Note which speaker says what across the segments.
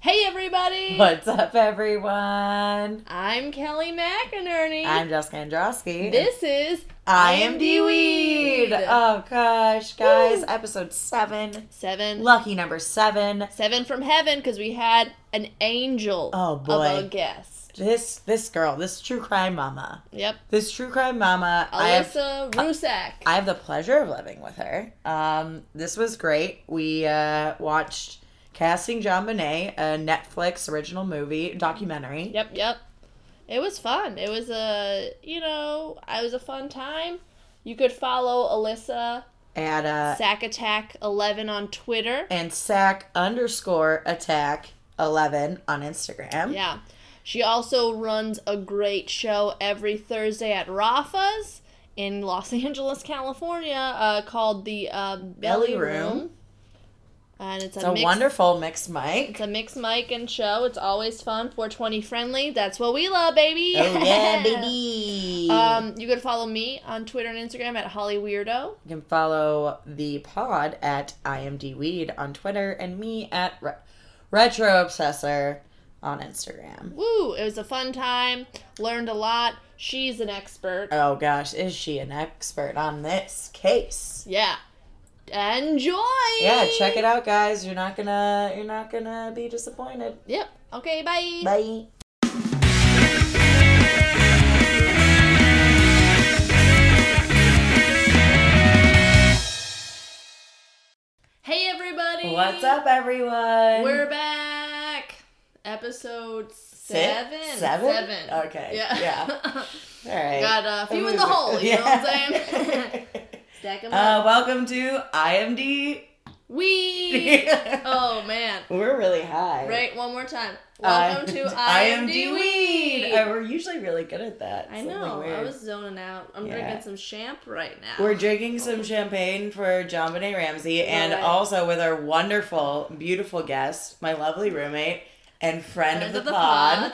Speaker 1: Hey everybody!
Speaker 2: What's up, everyone?
Speaker 1: I'm Kelly McInerney.
Speaker 2: I'm Jessica Androsky.
Speaker 1: This is
Speaker 2: I am D Weed. Oh gosh, guys!
Speaker 1: Woo.
Speaker 2: Episode seven,
Speaker 1: seven,
Speaker 2: lucky number seven.
Speaker 1: seven from heaven because we had an angel
Speaker 2: Oh,
Speaker 1: of
Speaker 2: boy.
Speaker 1: a guest.
Speaker 2: This this girl, this true crime mama,
Speaker 1: Yep,
Speaker 2: this true crime mama. I have
Speaker 1: Alyssa Rusak.
Speaker 2: I have the pleasure of living with her. Um, this was great. We uh, watched Casting John Bonet, a Netflix original movie documentary.
Speaker 1: yep, yep. It was fun. It was a you know, it was a fun time. You could follow Alyssa
Speaker 2: And uh,
Speaker 1: Sack Attack Eleven on Twitter.
Speaker 2: and sack underscore attack 11 on Instagram.
Speaker 1: Yeah. She also runs a great show every Thursday at Rafa's in Los Angeles, California, uh, called the uh, Belly
Speaker 2: Belly
Speaker 1: Room.
Speaker 2: Room.
Speaker 1: And it's a,
Speaker 2: It's a
Speaker 1: mix,
Speaker 2: wonderful mixed mic.
Speaker 1: It's a mixed mic and show. It's always fun, 420 friendly. That's what we love, baby.
Speaker 2: Oh, yeah, baby.
Speaker 1: Um, you can follow me on Twitter and Instagram at Holly Weirdo.
Speaker 2: you can follow the pod at imdweed on Twitter and me at re- Retro Obsessor on Instagram.
Speaker 1: Woo! It was a fun time. Learned a lot. She's an expert.
Speaker 2: Oh, gosh, is she an expert on this case?
Speaker 1: Yeah. Enjoy.
Speaker 2: Yeah, check it out, guys. You're not gonna, you're not gonna be disappointed.
Speaker 1: Yep. Okay. Bye.
Speaker 2: Bye.
Speaker 1: Hey everybody!
Speaker 2: What's up, everyone?
Speaker 1: We're back. Episode seven.
Speaker 2: Seven?
Speaker 1: Seven.
Speaker 2: Okay,
Speaker 1: Yeah.
Speaker 2: yeah. all right.
Speaker 1: Got a few in the hole. You know what I'm saying? Stack 'em
Speaker 2: Uh,
Speaker 1: up.
Speaker 2: welcome to IMD.
Speaker 1: we. oh man.
Speaker 2: We're really high.
Speaker 1: Right. One more time.
Speaker 2: I'm-
Speaker 1: Welcome to
Speaker 2: IMD
Speaker 1: IMD
Speaker 2: Weed.
Speaker 1: Weed.
Speaker 2: Uh, we're usually really good at that.
Speaker 1: I
Speaker 2: Something
Speaker 1: know. I
Speaker 2: weird.
Speaker 1: was zoning out. I'm
Speaker 2: Yeah.
Speaker 1: drinking some champ right now.
Speaker 2: We're drinking some champagne for John Bonet Ramsey and
Speaker 1: Love it.
Speaker 2: also with our wonderful, beautiful guest, my lovely roommate and friend
Speaker 1: Friend
Speaker 2: of the, pod.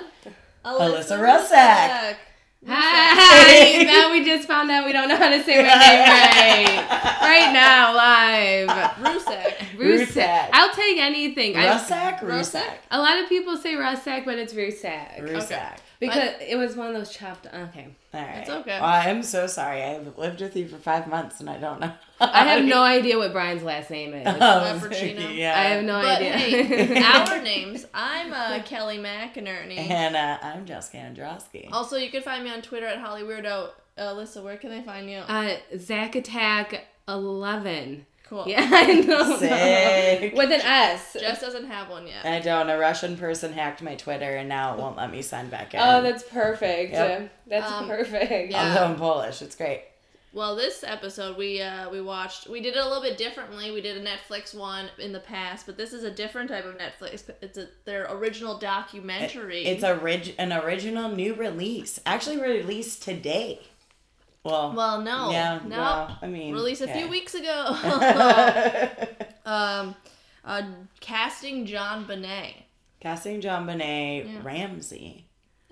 Speaker 2: Alyssa Rusak.
Speaker 3: Hi! now we just found out we don't know how to say my name right. Right now, live.
Speaker 1: Rusak.
Speaker 3: Rusak.
Speaker 2: Rusak.
Speaker 3: I'll take anything. I-
Speaker 2: Rusak? Rusak.
Speaker 1: Rusak?
Speaker 3: A lot of people say Rusak, but it's Rusak.
Speaker 2: Rusak.
Speaker 3: Because it was one of those chopped. Okay.
Speaker 2: All right.
Speaker 1: It's okay.
Speaker 2: Well, I'm so sorry. I've lived with you for five months and I don't know.
Speaker 3: I have no idea what Brian's last name is. I
Speaker 2: Oh,
Speaker 1: Leprechino.
Speaker 2: yeah.
Speaker 3: have no
Speaker 1: But
Speaker 3: idea.
Speaker 1: hey, our names. I'm uh, Kelly McInerney.
Speaker 2: And uh, I'm Jessica Androsky.
Speaker 1: Also, you can find me on Twitter at Holly Weirdo. Uh, Alyssa, where can they find you?
Speaker 3: uh, Zack Attack 11.
Speaker 1: cool.
Speaker 3: Yeah, I know.
Speaker 2: Sick.
Speaker 3: With an S.
Speaker 1: Jess doesn't have one yet.
Speaker 2: I don't. A Russian person hacked my Twitter and now it won't let me sign back in.
Speaker 3: Oh, that's perfect.
Speaker 2: Yep.
Speaker 3: That's
Speaker 1: Um,
Speaker 3: perfect.
Speaker 1: yeah.
Speaker 2: Although I'm Polish, it's great.
Speaker 1: Well, this episode we uh, we watched. We did it a little bit differently. We did a Netflix one in the past, but this is a different type of Netflix. It's a, their original documentary.
Speaker 2: It's a rig- an original new release. Actually released today. Well,
Speaker 1: well, no,
Speaker 2: yeah,
Speaker 1: no,
Speaker 2: well, I mean,
Speaker 1: released a
Speaker 2: okay.
Speaker 1: few weeks ago. um, uh, casting John Bonet.
Speaker 2: Casting John Bonet
Speaker 1: Yeah.
Speaker 2: Ramsey.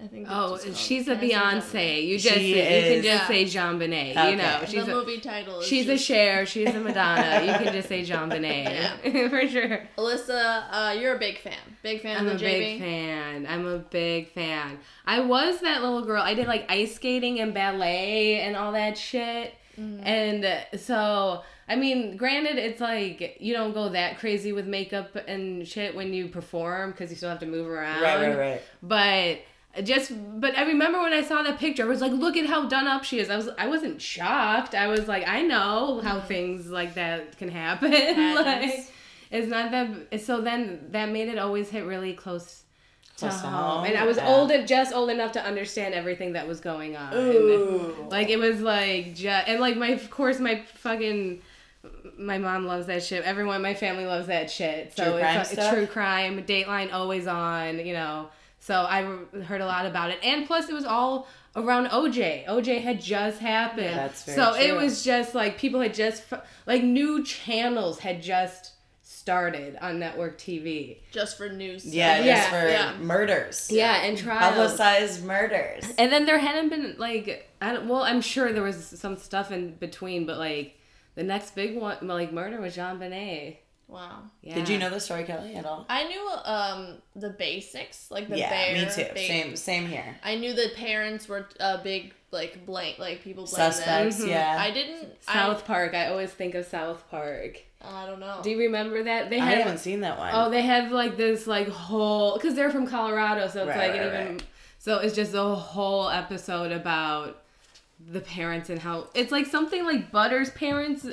Speaker 1: I think. That's
Speaker 3: Oh,
Speaker 1: what's called.
Speaker 3: she's a
Speaker 1: Casting John Bonet.
Speaker 3: Beyonce. You just
Speaker 2: She
Speaker 3: you can
Speaker 2: is-
Speaker 3: just
Speaker 1: Yeah.
Speaker 3: say Jean Bonnet.
Speaker 2: Okay.
Speaker 3: You know,
Speaker 2: The
Speaker 3: she's
Speaker 1: the
Speaker 3: a,
Speaker 1: movie title. Is
Speaker 3: she's
Speaker 1: just-
Speaker 3: a Cher. She's a Madonna. you can just say Jean Bonnet for sure.
Speaker 1: Alyssa, uh, you're a big fan. Big fan
Speaker 3: I'm a
Speaker 1: of JB.
Speaker 3: big fan. I'm a big fan. I was that little girl. I did like ice skating and ballet and all that shit.
Speaker 1: Mm.
Speaker 3: And uh, so, I mean, granted, it's like you don't go that crazy with makeup and shit when you perform because you still have to move around.
Speaker 2: Right, right, right.
Speaker 3: but just but I remember when I saw that picture, I was like, look at how done up she is. I was I wasn't shocked. I was like, I know how things like that can happen.
Speaker 1: Happens.
Speaker 3: like it's not that so then that made it always hit really close. To
Speaker 2: Close to
Speaker 3: home.
Speaker 2: home,
Speaker 3: and I was
Speaker 2: yeah.
Speaker 3: old and just old enough to understand everything that was going on.
Speaker 2: Ooh.
Speaker 3: Like it was like just and like my of course my fucking my mom loves that shit. Everyone in my family loves that shit. So
Speaker 2: True
Speaker 3: it's
Speaker 2: crime
Speaker 3: like-
Speaker 2: stuff?
Speaker 3: true crime, Dateline always on, you know. So I re- heard a lot about it. And plus it was all around OJ. OJ had just happened.
Speaker 2: That's very
Speaker 3: so it
Speaker 2: true.
Speaker 3: was just like people had just fu- like new channels had just started on network TV.
Speaker 1: Just for news.
Speaker 2: Yeah,
Speaker 1: sake.
Speaker 2: just
Speaker 3: Yeah,
Speaker 2: for
Speaker 1: yeah.
Speaker 2: murders.
Speaker 3: Yeah, and trials.
Speaker 2: Publicized murders.
Speaker 3: And then there hadn't been like I don't well, I'm sure there was some stuff in between, but like the next big one like murder was Jean Benet.
Speaker 1: Wow.
Speaker 3: Yeah.
Speaker 2: Did you know the story, Kelly, at all?
Speaker 1: I knew um the basics, like the
Speaker 2: yeah,
Speaker 1: bear.
Speaker 2: me too.
Speaker 1: thing.
Speaker 2: Same, same here.
Speaker 1: I knew the parents were uh, big, like blank, like people blame them.
Speaker 2: Suspects,
Speaker 3: Mhm.
Speaker 2: yeah.
Speaker 1: I didn't.
Speaker 3: South Park? I always think of South Park.
Speaker 1: I, I don't know.
Speaker 3: Do you remember that they
Speaker 2: I
Speaker 3: had?
Speaker 2: haven't seen that one.
Speaker 3: oh, they have like this like whole because they're from Colorado, so it's
Speaker 2: Right,
Speaker 3: like an
Speaker 2: right,
Speaker 3: even. So it's just a whole episode about the parents and how it's like something like Butters' parents.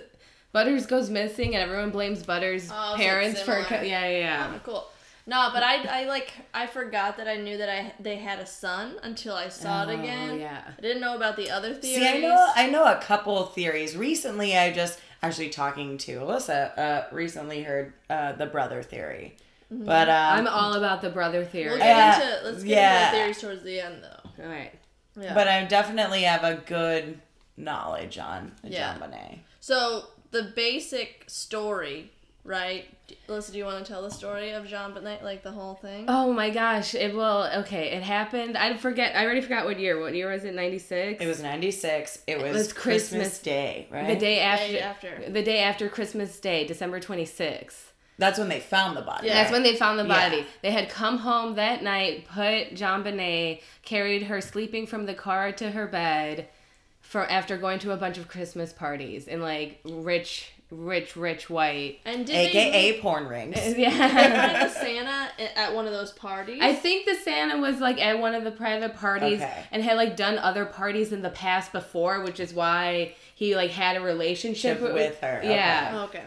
Speaker 3: Butters goes missing and everyone blames Butters'
Speaker 1: Oh, so it's
Speaker 3: parents for co-
Speaker 1: similar.
Speaker 3: yeah yeah. yeah.
Speaker 1: Oh, cool. No, but I, I like I forgot that I knew that I they had a son until I saw it
Speaker 3: Oh,
Speaker 1: again.
Speaker 3: yeah.
Speaker 1: I didn't know about the other theories.
Speaker 2: See, I know, I know a couple of theories. Recently, I just actually talking to Alyssa. Uh, recently heard uh, the brother theory, but um,
Speaker 3: Mm-hmm. I'm all about the brother theory.
Speaker 1: We'll
Speaker 2: Yeah.
Speaker 1: get into let's get
Speaker 2: yeah.
Speaker 1: into the theories towards the end though.
Speaker 3: all right.
Speaker 1: Yeah.
Speaker 2: but I definitely have a good knowledge on the
Speaker 1: Yeah.
Speaker 2: Jambonet.
Speaker 1: so the basic story, right? D- Alyssa, do you want to tell the story of Jean Bonnet, like the whole thing?
Speaker 3: Oh my gosh! It well, okay. It happened. I forget. I already forgot what year. What year was it? Ninety six.
Speaker 2: It was '96. It was,
Speaker 3: was
Speaker 2: Christmas,
Speaker 3: Christmas
Speaker 2: Day, right?
Speaker 3: the day after,
Speaker 1: after.
Speaker 3: The day after Christmas Day, December twenty sixth.
Speaker 2: That's when they found the body.
Speaker 1: Yeah.
Speaker 3: That's when they found the
Speaker 2: Yeah.
Speaker 3: body. They had come home that night, put John Bonet, carried her sleeping from the car to her bed for after going to a bunch of Christmas parties and like rich, rich, rich white.
Speaker 1: And did they
Speaker 2: AKA porn rings.
Speaker 3: Yeah.
Speaker 1: find the Santa a- at one of those parties?
Speaker 3: I think the Santa was like at one of the private parties
Speaker 2: Okay.
Speaker 3: and had like done other parties in the past before, which is why he like had a relationship
Speaker 2: With her, okay.
Speaker 3: Yeah.
Speaker 1: okay.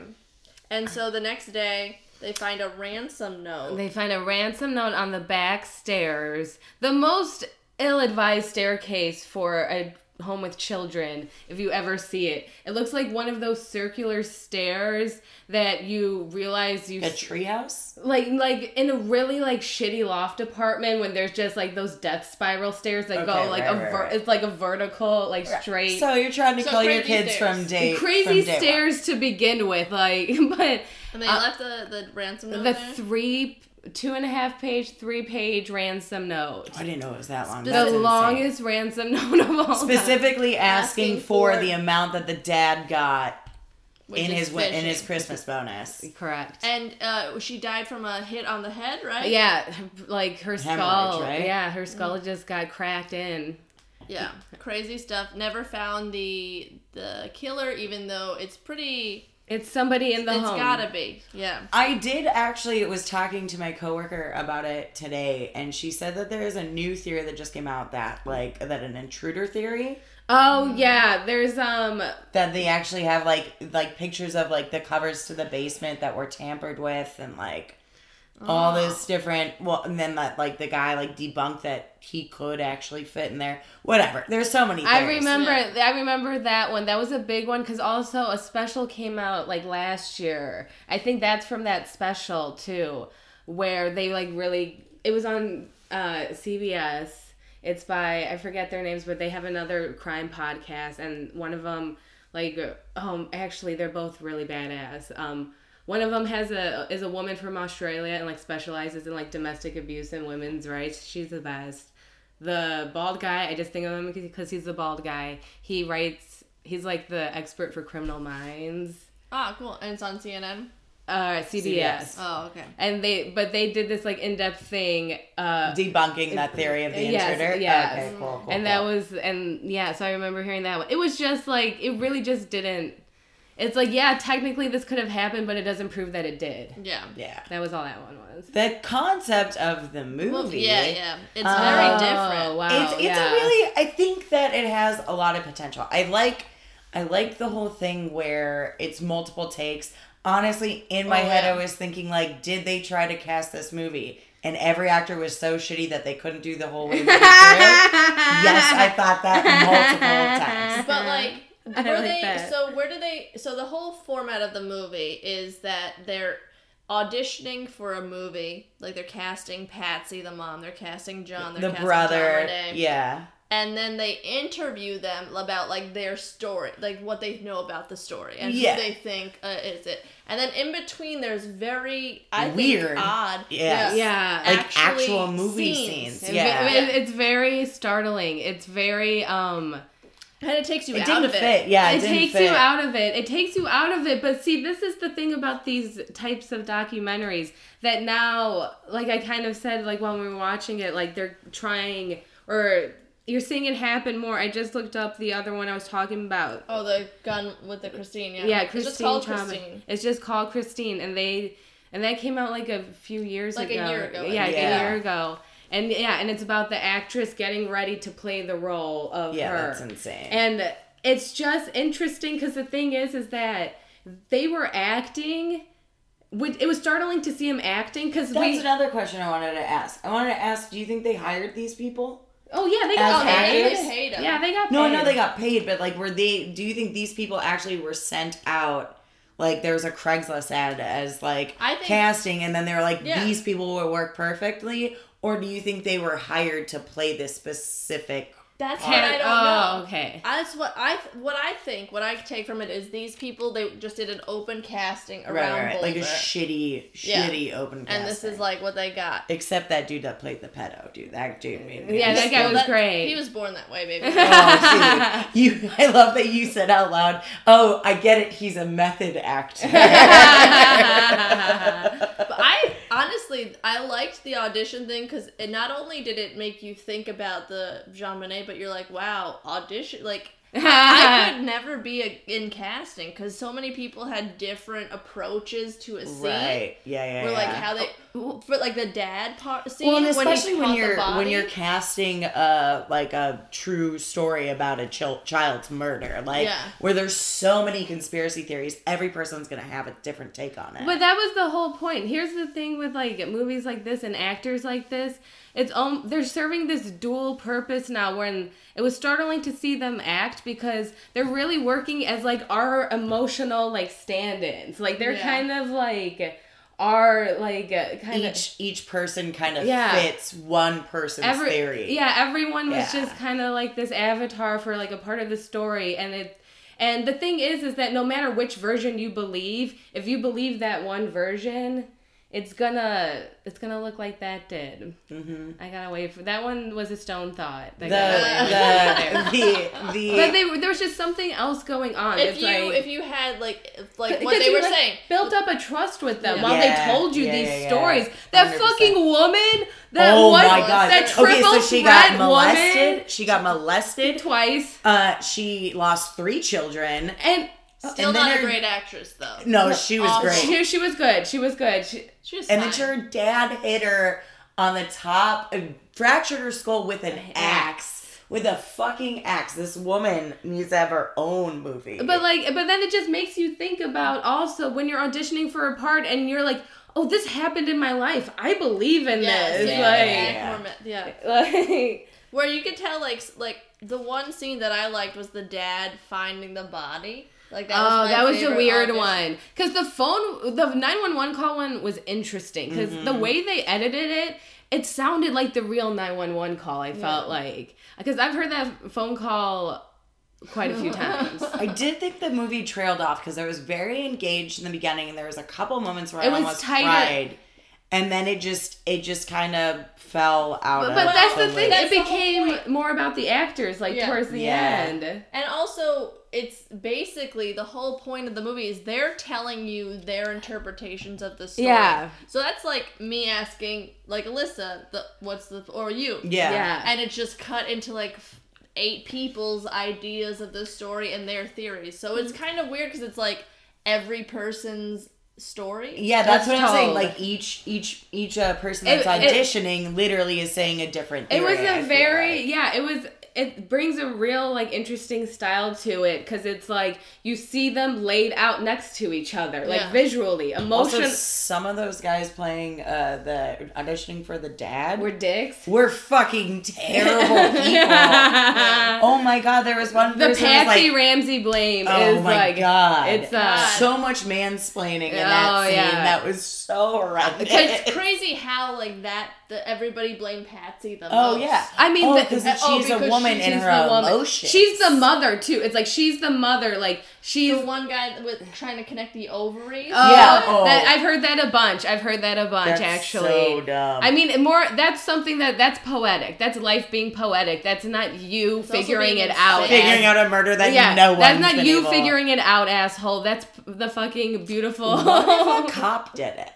Speaker 1: And so the next day they find a ransom note.
Speaker 3: They find a ransom note on the back stairs, the most ill advised staircase for a home with children, if you ever see it. It looks like one of those circular stairs that you realize you.
Speaker 2: A treehouse.
Speaker 3: like like in a really like shitty loft apartment when there's just like those death spiral stairs that
Speaker 2: Okay,
Speaker 3: go like
Speaker 2: right,
Speaker 3: a
Speaker 2: right,
Speaker 3: ver-
Speaker 2: right.
Speaker 3: it's like a vertical like straight
Speaker 2: So you're trying to
Speaker 1: So
Speaker 2: kill your
Speaker 1: crazy
Speaker 2: kids
Speaker 1: stairs.
Speaker 2: from day
Speaker 3: crazy
Speaker 2: from day one.
Speaker 3: stairs to begin with like but
Speaker 1: and they
Speaker 3: uh,
Speaker 1: left the, the ransom note
Speaker 3: the
Speaker 1: there.
Speaker 3: three two and a half page three page ransom note
Speaker 2: I didn't know it was that long.
Speaker 1: The
Speaker 2: That's
Speaker 3: the
Speaker 2: insane.
Speaker 3: longest ransom note of all time.
Speaker 2: Specifically asking,
Speaker 1: Asking
Speaker 2: for,
Speaker 1: for-
Speaker 2: the amount that the dad got
Speaker 1: which
Speaker 2: in
Speaker 1: is
Speaker 2: his win- in
Speaker 1: fishing.
Speaker 2: his Christmas bonus.
Speaker 3: Correct.
Speaker 1: And uh, she died from a hit on the head, right?
Speaker 3: yeah, her- like her
Speaker 2: Hemorrhage,
Speaker 3: skull.
Speaker 2: right?
Speaker 3: Yeah, her skull just got cracked in.
Speaker 1: Yeah. Crazy stuff. Never found the the killer, even though it's pretty.
Speaker 3: It's somebody in the
Speaker 1: It's
Speaker 3: home.
Speaker 1: gotta be. Yeah.
Speaker 2: I did actually was talking to my coworker about it today and she said that there is a new theory that just came out that like that an intruder theory
Speaker 3: Oh yeah, there's um
Speaker 2: that they actually have like like pictures of like the covers to the basement that were tampered with and like all this different well and then that like the guy like debunked that he could actually fit in there whatever there's so many
Speaker 3: I
Speaker 2: theories.
Speaker 3: remember I remember that one. That was a big one cuz also a special came out like last year. I think that's from that special too where they like really it was on uh CBS. It's by I forget their names but they have another crime podcast and one of them like um actually they're both really badass. Um one of them has a is a woman from Australia and like specializes in like domestic abuse and women's rights. She's the best the bald guy i just think of him because he's the bald guy he writes he's like the expert for criminal minds
Speaker 1: Ah, cool. And it's on CNN.
Speaker 3: uh cbs,
Speaker 2: CBS.
Speaker 1: Oh, okay.
Speaker 3: and they but they did this like in-depth thing uh
Speaker 2: debunking that theory of the
Speaker 3: Yes,
Speaker 2: intruder
Speaker 3: yes.
Speaker 2: okay cool, cool
Speaker 3: and that
Speaker 2: cool.
Speaker 3: was and yeah so i remember hearing that one it was just like it really just didn't it's like yeah technically this could have happened but it doesn't prove that it did
Speaker 1: Yeah.
Speaker 2: yeah
Speaker 3: that was all that one was
Speaker 2: the concept of the movie
Speaker 1: Well, yeah, yeah. It's
Speaker 2: Uh,
Speaker 1: very
Speaker 2: Oh,
Speaker 1: different.
Speaker 3: wow
Speaker 2: it's it's
Speaker 3: yeah.
Speaker 2: a really I think that it has a lot of potential. I like I like the whole thing where it's multiple takes. Honestly, in my
Speaker 1: Oh,
Speaker 2: head
Speaker 1: yeah.
Speaker 2: I was thinking like did they try to cast this movie and every actor was so shitty that they couldn't do the whole movie through? yes, I thought that multiple times.
Speaker 1: But like,
Speaker 3: I
Speaker 1: were
Speaker 3: like
Speaker 1: they?
Speaker 3: that.
Speaker 1: So where do they? So the whole format of the movie is that they're auditioning for a movie. Like they're casting Patsy, the mom. They're casting John. They're
Speaker 2: The
Speaker 1: casting
Speaker 2: brother,
Speaker 1: John Bonet.
Speaker 2: yeah.
Speaker 1: and then they interview them about like their story, like what they know about the story and
Speaker 2: Yeah.
Speaker 1: who they think uh, is it. And then in between, there's very I
Speaker 2: Weird.
Speaker 1: think odd,
Speaker 2: Yes.
Speaker 3: yeah
Speaker 2: Like
Speaker 1: Actually,
Speaker 2: actual movie scenes.
Speaker 1: scenes.
Speaker 3: It's ve-
Speaker 2: Yeah.
Speaker 3: it- it's very startling. It's very um
Speaker 1: And it takes you
Speaker 2: It
Speaker 1: out
Speaker 2: didn't
Speaker 1: of it.
Speaker 2: fit. Yeah, it,
Speaker 3: it
Speaker 2: didn't
Speaker 3: takes
Speaker 2: fit.
Speaker 3: you out of it. It takes you out of it. But see, this is the thing about these types of documentaries that now, like I kind of said, like when we were watching it, like they're trying or you're seeing it happen more. I just looked up the other one I was talking about.
Speaker 1: Oh, the gun with the Christine. Yeah,
Speaker 3: yeah,
Speaker 1: It's
Speaker 3: Christine.
Speaker 1: just called
Speaker 3: Trauma.
Speaker 1: Christine.
Speaker 3: It's just called Christine, and they and that came out like a few years
Speaker 1: Like a
Speaker 3: ago.
Speaker 1: year ago, I
Speaker 3: Yeah, like
Speaker 2: think.
Speaker 3: a year ago. And yeah, and it's about the actress getting ready to play the role of
Speaker 2: Yeah,
Speaker 3: her.
Speaker 2: that's insane.
Speaker 3: And it's just interesting because the thing is, is that they were acting. would- It was startling to see him acting because
Speaker 2: That's
Speaker 3: we.
Speaker 2: another question I wanted to ask. I wanted to ask, do you think they hired these people?
Speaker 3: Oh yeah, they
Speaker 2: As
Speaker 3: got
Speaker 1: Oh, they
Speaker 3: paid.
Speaker 2: actors?
Speaker 1: did hate him.
Speaker 3: Yeah, they got.
Speaker 2: No, I
Speaker 3: paid.
Speaker 2: know they got paid, but like, were they? Do you think these people actually were sent out? Like, there was a Craigslist ad as like
Speaker 1: I think-
Speaker 2: casting, and then they were like,
Speaker 1: Yeah.
Speaker 2: these people will work perfectly. Or do you think they were hired to play this specific?
Speaker 1: That's
Speaker 2: Or-
Speaker 1: what I don't
Speaker 3: oh,
Speaker 1: know.
Speaker 3: okay.
Speaker 1: That's what I what I think. What I take from it is these people they just did an open casting around
Speaker 2: Right, right, right. like a
Speaker 1: Boulder.
Speaker 2: shitty,
Speaker 1: Yeah.
Speaker 2: shitty open. Casting.
Speaker 1: and this is like what they got.
Speaker 2: except that dude that played the pedo, dude. That dude made me.
Speaker 3: Yeah, that guy
Speaker 1: Well,
Speaker 3: was great.
Speaker 1: He was born that way, baby.
Speaker 2: Oh, dude. You, I love that you said out loud. Oh, I get it. He's a method actor.
Speaker 1: But I honestly, I liked the audition thing because it not only did it make you think about the Jean Monnet, but you're like, wow, audition. Like, I could never be a, in casting because so many people had different approaches to a scene.
Speaker 2: right? Yeah, yeah.
Speaker 1: Or
Speaker 2: yeah. Oh.
Speaker 1: like how they, for like the dad part scene.
Speaker 2: well, and
Speaker 1: when he
Speaker 2: especially when,
Speaker 1: caught the
Speaker 2: you're when
Speaker 1: body.
Speaker 2: you're casting uh like a true story about a chil- child's murder, like
Speaker 1: Yeah.
Speaker 2: where there's so many conspiracy theories, every person's gonna have a different take on it.
Speaker 3: But that was the whole point. Here's the thing with like movies like this and actors like this. It's um, they're serving this dual purpose now. When it was startling to see them act because they're really working as like our emotional like stand-ins. Like they're
Speaker 1: Yeah.
Speaker 3: kind of like our like uh, kind of
Speaker 2: each each person kind of
Speaker 3: Yeah.
Speaker 2: fits one person's
Speaker 3: every
Speaker 2: theory.
Speaker 3: yeah everyone was
Speaker 2: Yeah.
Speaker 3: just kind of like this avatar for like a part of the story and it and the thing is is that no matter which version you believe if you believe that one version it's gonna it's gonna look like that did
Speaker 2: hmm
Speaker 3: i gotta wait for that one was a stone thought
Speaker 2: The,
Speaker 3: That got away.
Speaker 2: the the the
Speaker 3: but they, were- there was just something else going on
Speaker 1: if
Speaker 3: It's
Speaker 1: you
Speaker 3: like-
Speaker 1: if you had like if, like
Speaker 3: C-
Speaker 1: what
Speaker 3: 'cause
Speaker 1: they
Speaker 3: you,
Speaker 1: were
Speaker 3: like,
Speaker 1: saying.
Speaker 3: built up a trust with them
Speaker 1: Yeah.
Speaker 3: while
Speaker 2: Yeah,
Speaker 3: they told you
Speaker 2: yeah,
Speaker 3: these
Speaker 2: yeah, yeah.
Speaker 3: stories. That
Speaker 2: 100%.
Speaker 3: fucking woman, that
Speaker 2: oh
Speaker 3: one,
Speaker 2: my god!
Speaker 3: that triple
Speaker 2: okay, so she
Speaker 3: threat
Speaker 2: got molested.
Speaker 3: woman,
Speaker 2: She got molested.
Speaker 3: twice,
Speaker 2: Uh, she lost three children.
Speaker 3: and
Speaker 1: Still
Speaker 2: and then
Speaker 1: not a
Speaker 2: her-
Speaker 1: great actress though.
Speaker 2: No, she was
Speaker 1: awful.
Speaker 2: great.
Speaker 3: Oh, she, she was good. She was good. She,
Speaker 1: She was
Speaker 2: And
Speaker 1: fine.
Speaker 2: then her dad hit her on the top and fractured her skull with an axe. With a fucking axe. This woman needs to have her own movie.
Speaker 3: but like, but then it just makes you think about also when you're auditioning for a part and you're like, oh, this happened in my life. I believe in
Speaker 1: Yes,
Speaker 3: this.
Speaker 1: yeah,
Speaker 3: like,
Speaker 1: yeah, yeah, yeah.
Speaker 3: like,
Speaker 1: Where you could tell, like, s- like the one scene that I liked was the dad finding the body. Like that.
Speaker 3: oh,
Speaker 1: was my
Speaker 3: that was a
Speaker 1: favorite
Speaker 3: weird
Speaker 1: audition.
Speaker 3: one. Because the phone, the 911 call one was interesting. Because the
Speaker 2: Mm-hmm.
Speaker 3: way they edited it, it sounded like the real 911 call, I felt like. Because I've heard that phone call quite a few times.
Speaker 2: I did think the movie trailed off because I was very engaged in the beginning and there was a couple moments where
Speaker 3: It
Speaker 2: I
Speaker 3: was
Speaker 2: almost
Speaker 3: tighter.
Speaker 2: cried. And then it just it just kind of fell out
Speaker 3: But,
Speaker 2: of
Speaker 3: but that's the
Speaker 2: lid.
Speaker 3: thing.
Speaker 1: That's
Speaker 3: it
Speaker 1: the whole
Speaker 3: became more about the actors, like
Speaker 1: Yeah.
Speaker 3: towards the
Speaker 2: Yeah.
Speaker 3: end.
Speaker 1: And also, it's basically the whole point of the movie is they're telling you their interpretations of the story.
Speaker 3: Yeah.
Speaker 1: So that's like me asking, like Alyssa, the what's the or you?
Speaker 2: Yeah.
Speaker 3: Yeah.
Speaker 1: And it's just cut into like f- eight people's ideas of the story and their theories. So
Speaker 2: Mm-hmm.
Speaker 1: it's kind of weird because it's like every person's story.
Speaker 2: Yeah, that's,
Speaker 3: That's
Speaker 2: what I'm saying.
Speaker 3: told.
Speaker 2: Like each each each uh, person
Speaker 3: It-
Speaker 2: that's
Speaker 3: it-
Speaker 2: auditioning literally is saying a different.
Speaker 3: It was
Speaker 2: theory, I
Speaker 3: a
Speaker 2: feel
Speaker 3: very
Speaker 2: like.
Speaker 3: yeah. It was it brings a real like interesting style to it because it's like you see them laid out next to each other, like
Speaker 1: Yeah.
Speaker 3: visually, emotion.
Speaker 2: Also, some of those guys playing uh, the auditioning for the dad
Speaker 3: were dicks.
Speaker 2: were fucking terrible people. oh my god, there was one
Speaker 3: the
Speaker 2: person who was
Speaker 3: Patsy
Speaker 2: like,
Speaker 3: Ramsey blame
Speaker 2: Oh
Speaker 3: is
Speaker 2: my
Speaker 3: like
Speaker 2: God.
Speaker 3: it's uh
Speaker 2: so much mansplaining in
Speaker 3: Oh,
Speaker 2: that scene.
Speaker 3: yeah.
Speaker 2: That was so horrendous.
Speaker 1: It's crazy how like that the everybody blamed Patsy the
Speaker 2: oh
Speaker 1: most.
Speaker 2: yeah.
Speaker 3: I mean,
Speaker 2: oh,
Speaker 3: the-
Speaker 2: because
Speaker 1: oh,
Speaker 2: she's a
Speaker 1: because
Speaker 2: woman woman in
Speaker 3: she's
Speaker 2: her
Speaker 3: the woman.
Speaker 2: emotions.
Speaker 3: She's the mother too. It's like she's the mother. Like she's
Speaker 1: the one guy with trying to connect the ovaries.
Speaker 3: Oh,
Speaker 2: Yeah. Oh.
Speaker 3: that- I've heard that a bunch. I've heard that a bunch
Speaker 2: That's
Speaker 3: actually.
Speaker 2: so dumb.
Speaker 3: I mean, more that's something that that's poetic. That's life being poetic. That's not you
Speaker 1: It's also
Speaker 3: figuring
Speaker 1: being
Speaker 3: it out.
Speaker 1: insane.
Speaker 2: figuring
Speaker 3: ass-
Speaker 2: out a murder that
Speaker 3: yeah,
Speaker 2: you know
Speaker 3: that's not you figuring it out, asshole. That's p- the fucking beautiful.
Speaker 2: What if a cop did it?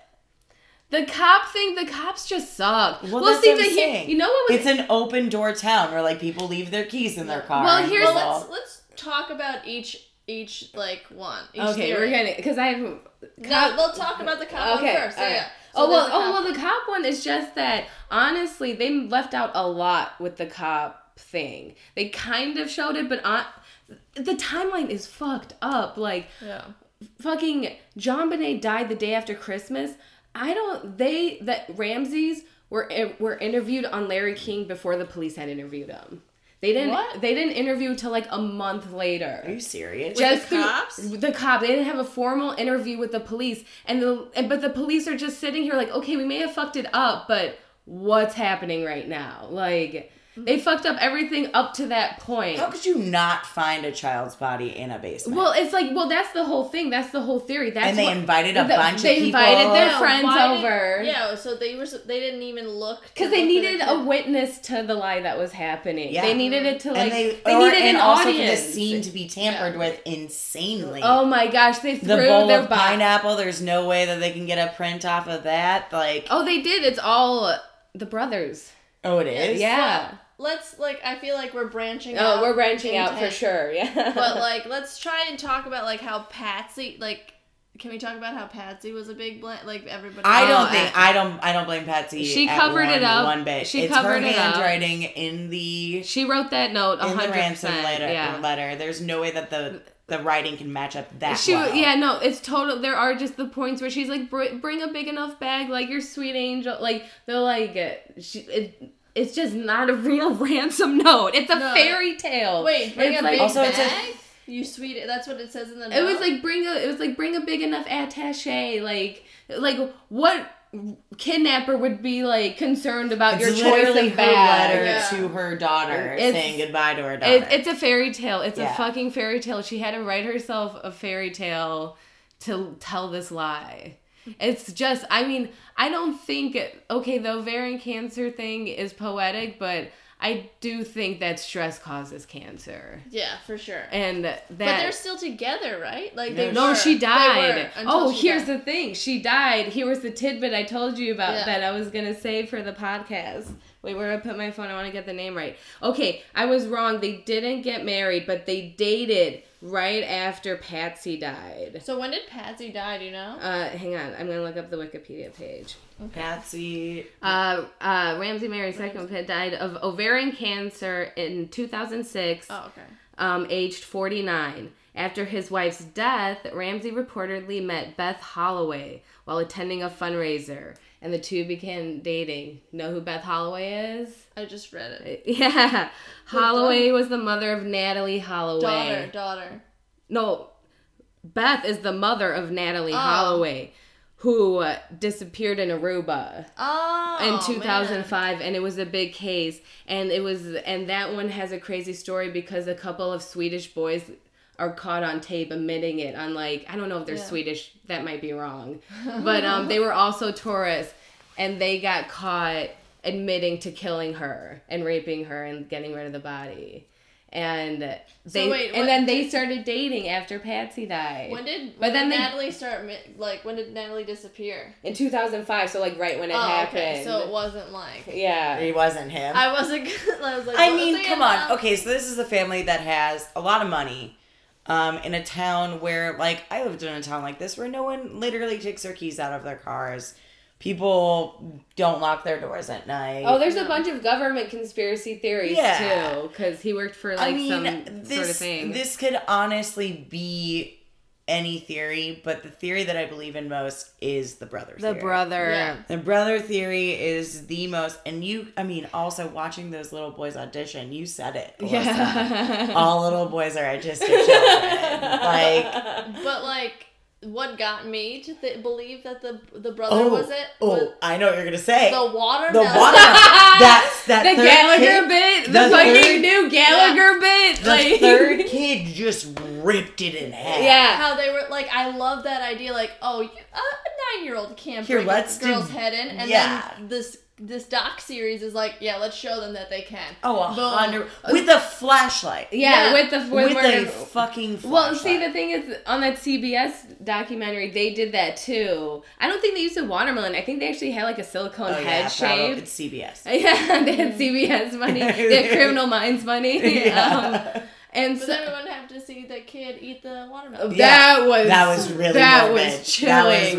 Speaker 3: the cop thing. The cops just suck.
Speaker 2: Well, that's
Speaker 3: see,
Speaker 2: what I'm
Speaker 3: the-
Speaker 2: saying.
Speaker 3: you know what was
Speaker 2: It's an open door town where like people leave their keys in their car.
Speaker 3: Well,
Speaker 2: and
Speaker 3: here's-
Speaker 1: well, let's
Speaker 2: go.
Speaker 1: let's talk about each each like one. Each
Speaker 3: okay.
Speaker 1: theory.
Speaker 3: We're gonna because I have
Speaker 1: No, we'll talk about the cop
Speaker 3: Okay,
Speaker 1: one first. Yeah,
Speaker 3: alright.
Speaker 1: yeah. So
Speaker 3: oh well,
Speaker 1: there's the
Speaker 3: oh
Speaker 1: cop.
Speaker 3: well. The cop one is just that. Honestly, they left out a lot with the cop thing. They kind of showed it, but on, the timeline is fucked up. Like
Speaker 1: Yeah.
Speaker 3: fucking John Bonet died the day after Christmas. I don't. They that Ramses were eh, were interviewed on Larry King before the police had interviewed him. They didn't.
Speaker 1: What?
Speaker 3: They didn't interview till like a month later
Speaker 2: Are you serious?
Speaker 1: With the
Speaker 3: just through-
Speaker 1: cops?
Speaker 3: the cop. They didn't have a formal interview with the police, and the and, but the police are just sitting here like, okay, we may have fucked it up, but what's happening right now? Like they fucked up everything up to that point.
Speaker 2: How could you not find a child's body in a basement?
Speaker 3: Well, it's like, well, that's the whole thing. That's the whole theory. That's
Speaker 2: and they
Speaker 3: what-
Speaker 2: invited a
Speaker 3: the-
Speaker 2: bunch
Speaker 3: they
Speaker 2: of people.
Speaker 3: invited their
Speaker 1: Yeah,
Speaker 3: friends
Speaker 1: why did-
Speaker 3: over.
Speaker 1: yeah, so they were s- they didn't even look to
Speaker 3: Because they
Speaker 1: look at
Speaker 3: needed
Speaker 1: it.
Speaker 3: a witness to the lie that was happening.
Speaker 2: Yeah.
Speaker 3: They needed it to like
Speaker 2: and they,
Speaker 3: they,
Speaker 2: or-
Speaker 3: needed
Speaker 2: and
Speaker 3: an
Speaker 2: also
Speaker 3: audience.
Speaker 2: for the scene to be tampered with insanely.
Speaker 3: Oh my gosh, they threw
Speaker 2: the bowl
Speaker 3: their
Speaker 2: of
Speaker 3: body.
Speaker 2: pineapple. There's no way that they can get a print off of that. Like, oh,
Speaker 3: Oh, they did. It's all the brothers.
Speaker 2: it is.
Speaker 3: yeah.
Speaker 1: Let's like I feel like we're branching. out
Speaker 3: Oh, we're branching out for
Speaker 1: intent.
Speaker 3: sure. Yeah.
Speaker 1: But like, let's try and talk about like how Patsy like. Can we talk about how Patsy was a big bl- like everybody?
Speaker 2: I don't
Speaker 3: Oh,
Speaker 2: think I don't I don't blame Patsy.
Speaker 3: She
Speaker 2: at
Speaker 3: covered it
Speaker 2: one-
Speaker 3: up.
Speaker 2: one bit.
Speaker 3: She
Speaker 2: it's
Speaker 3: covered
Speaker 2: her
Speaker 3: it up.
Speaker 2: handwriting in the
Speaker 3: she wrote that note
Speaker 2: in the
Speaker 3: 100%.
Speaker 2: ransom letter.
Speaker 3: yeah.
Speaker 2: letter. There's no way that the the writing can match up that.
Speaker 3: She
Speaker 2: well.
Speaker 3: yeah, no, it's total there are just the points where she's like "Br- bring a big enough bag like your sweet angel like they're like uh, she it, it's just not a real ransom note. It's a
Speaker 1: No.
Speaker 3: fairy tale.
Speaker 1: Wait, bring
Speaker 3: It's
Speaker 1: a
Speaker 3: like-
Speaker 1: big
Speaker 2: Also,
Speaker 1: bag.
Speaker 2: it's a-
Speaker 1: you sweet. That's what it says in the.
Speaker 3: It was
Speaker 1: note?
Speaker 3: like bring a it was like bring a big enough attaché like like what kidnapper would be like concerned about
Speaker 2: It's
Speaker 3: your choice
Speaker 2: literally
Speaker 3: of
Speaker 2: her
Speaker 3: bag?
Speaker 2: letter
Speaker 1: Yeah.
Speaker 2: to her daughter
Speaker 3: It's-
Speaker 2: saying goodbye to her daughter.
Speaker 3: It, it's a fairy tale. It's
Speaker 2: Yeah.
Speaker 3: a fucking fairy tale. She had to write herself a fairy tale to tell this lie. It's just, I mean, I don't think, okay, the ovarian cancer thing is poetic, but I do think that stress causes cancer.
Speaker 1: yeah, for sure.
Speaker 3: And that.
Speaker 1: but they're still together, right? Like they
Speaker 3: No,
Speaker 1: were.
Speaker 3: she
Speaker 1: They were
Speaker 3: died.
Speaker 1: until
Speaker 3: Oh,
Speaker 1: she
Speaker 3: here's
Speaker 1: died.
Speaker 3: the thing. She died. Here was the tidbit I told you about
Speaker 1: Yeah.
Speaker 3: that I was going to say for the podcast. Wait, where did I put my phone? I want to get the name right. Okay, I was wrong. They didn't get married, but they dated right after Patsy died.
Speaker 1: So when did Patsy die? Do you know?
Speaker 3: Uh, hang on. I'm going to look up the Wikipedia page.
Speaker 2: Patsy.
Speaker 3: Uh, uh, Ramsey Mary II died of ovarian cancer in 2006
Speaker 1: oh, okay.
Speaker 3: um, aged 49. After his wife's death, Ramsey reportedly met Beth Holloway while attending a fundraiser, and the two began dating. Know who Beth Holloway is?
Speaker 1: I just read it.
Speaker 3: Yeah. Holloway was the mother of Natalie
Speaker 1: Daughter,
Speaker 3: Holloway.
Speaker 1: daughter.
Speaker 3: No, Beth is the mother of Natalie Holloway, who uh, disappeared in Aruba
Speaker 1: Oh,
Speaker 3: in
Speaker 1: man.
Speaker 3: 2005 and it was a big case and it was and that one has a crazy story because a couple of swedish boys are caught on tape admitting it on like i don't know if they're
Speaker 1: Yeah.
Speaker 3: swedish that might be wrong but um, they were also tourists and they got caught admitting to killing her and raping her and getting rid of the body and they
Speaker 1: wait, what-
Speaker 3: and then they started dating after patsy died
Speaker 1: When did
Speaker 3: But
Speaker 1: but
Speaker 3: then
Speaker 1: then
Speaker 3: they-
Speaker 1: Natalie start mi- like when did Natalie disappear?
Speaker 3: in 2005 so like right when it
Speaker 1: oh,
Speaker 3: happened
Speaker 1: okay. So it wasn't like
Speaker 3: yeah
Speaker 2: It wasn't him.
Speaker 1: I wasn't. I was like.
Speaker 2: I
Speaker 1: what
Speaker 2: mean,
Speaker 1: was
Speaker 2: come
Speaker 1: it
Speaker 2: on.
Speaker 1: about?
Speaker 2: Okay, so this is a family that has a lot of money. Um, in a town where, like, I lived in a town like this where no one literally takes their keys out of their cars. People don't lock their doors at night.
Speaker 3: Oh, there's a bunch of government conspiracy theories
Speaker 2: Yeah.
Speaker 3: too, because he worked for
Speaker 2: I
Speaker 3: like some
Speaker 2: mean,
Speaker 3: sort of
Speaker 2: this
Speaker 3: thing.
Speaker 2: this could honestly be any theory, but the theory that I believe in most is the brother.
Speaker 3: the
Speaker 2: theory.
Speaker 3: brother.
Speaker 1: Yeah.
Speaker 2: The brother theory is the most, and you, I mean, also watching those little boys audition, you said it. Alyssa.
Speaker 3: Yeah.
Speaker 2: All little boys are autistic children. like,
Speaker 1: But like, what got me to th- believe that the the brother was it?
Speaker 2: oh,
Speaker 1: was
Speaker 2: I know what you're gonna say.
Speaker 1: the water.
Speaker 2: The water. That's that
Speaker 3: the
Speaker 2: third
Speaker 3: Gallagher
Speaker 2: kid-
Speaker 3: bit, the,
Speaker 2: the
Speaker 3: fucking
Speaker 2: third-
Speaker 3: new Gallagher bit,
Speaker 2: The
Speaker 3: like
Speaker 2: third kid just ripped it in half.
Speaker 3: yeah.
Speaker 1: How they were like, I love that idea. Like, oh, you, a nine year old can't
Speaker 2: Here,
Speaker 1: bring
Speaker 2: let's
Speaker 1: a girl's
Speaker 2: do-
Speaker 1: head in, and
Speaker 2: yeah.
Speaker 1: then this this doc series is like, yeah, let's show them that they can.
Speaker 2: Oh, a
Speaker 1: Boom.
Speaker 2: hundred with a flashlight.
Speaker 3: uh,
Speaker 1: Yeah.
Speaker 3: yeah, with the with,
Speaker 2: with
Speaker 3: where-
Speaker 2: a fucking flashlight.
Speaker 3: well, see, the thing is, on that CBS documentary, they did that too. I don't think they used a watermelon. I think they actually had like a silicone
Speaker 2: oh,
Speaker 3: head
Speaker 2: yeah, probably.
Speaker 3: shaved.
Speaker 2: It's CBS.
Speaker 3: Yeah, they had CBS money, they had Criminal Minds money.
Speaker 2: Yeah.
Speaker 3: Um, and
Speaker 1: But
Speaker 3: so,
Speaker 1: then we wouldn't have to see the kid eat the watermelon.
Speaker 2: Yeah.
Speaker 3: that was
Speaker 2: That was really
Speaker 3: that
Speaker 2: morbid.
Speaker 3: was chilling.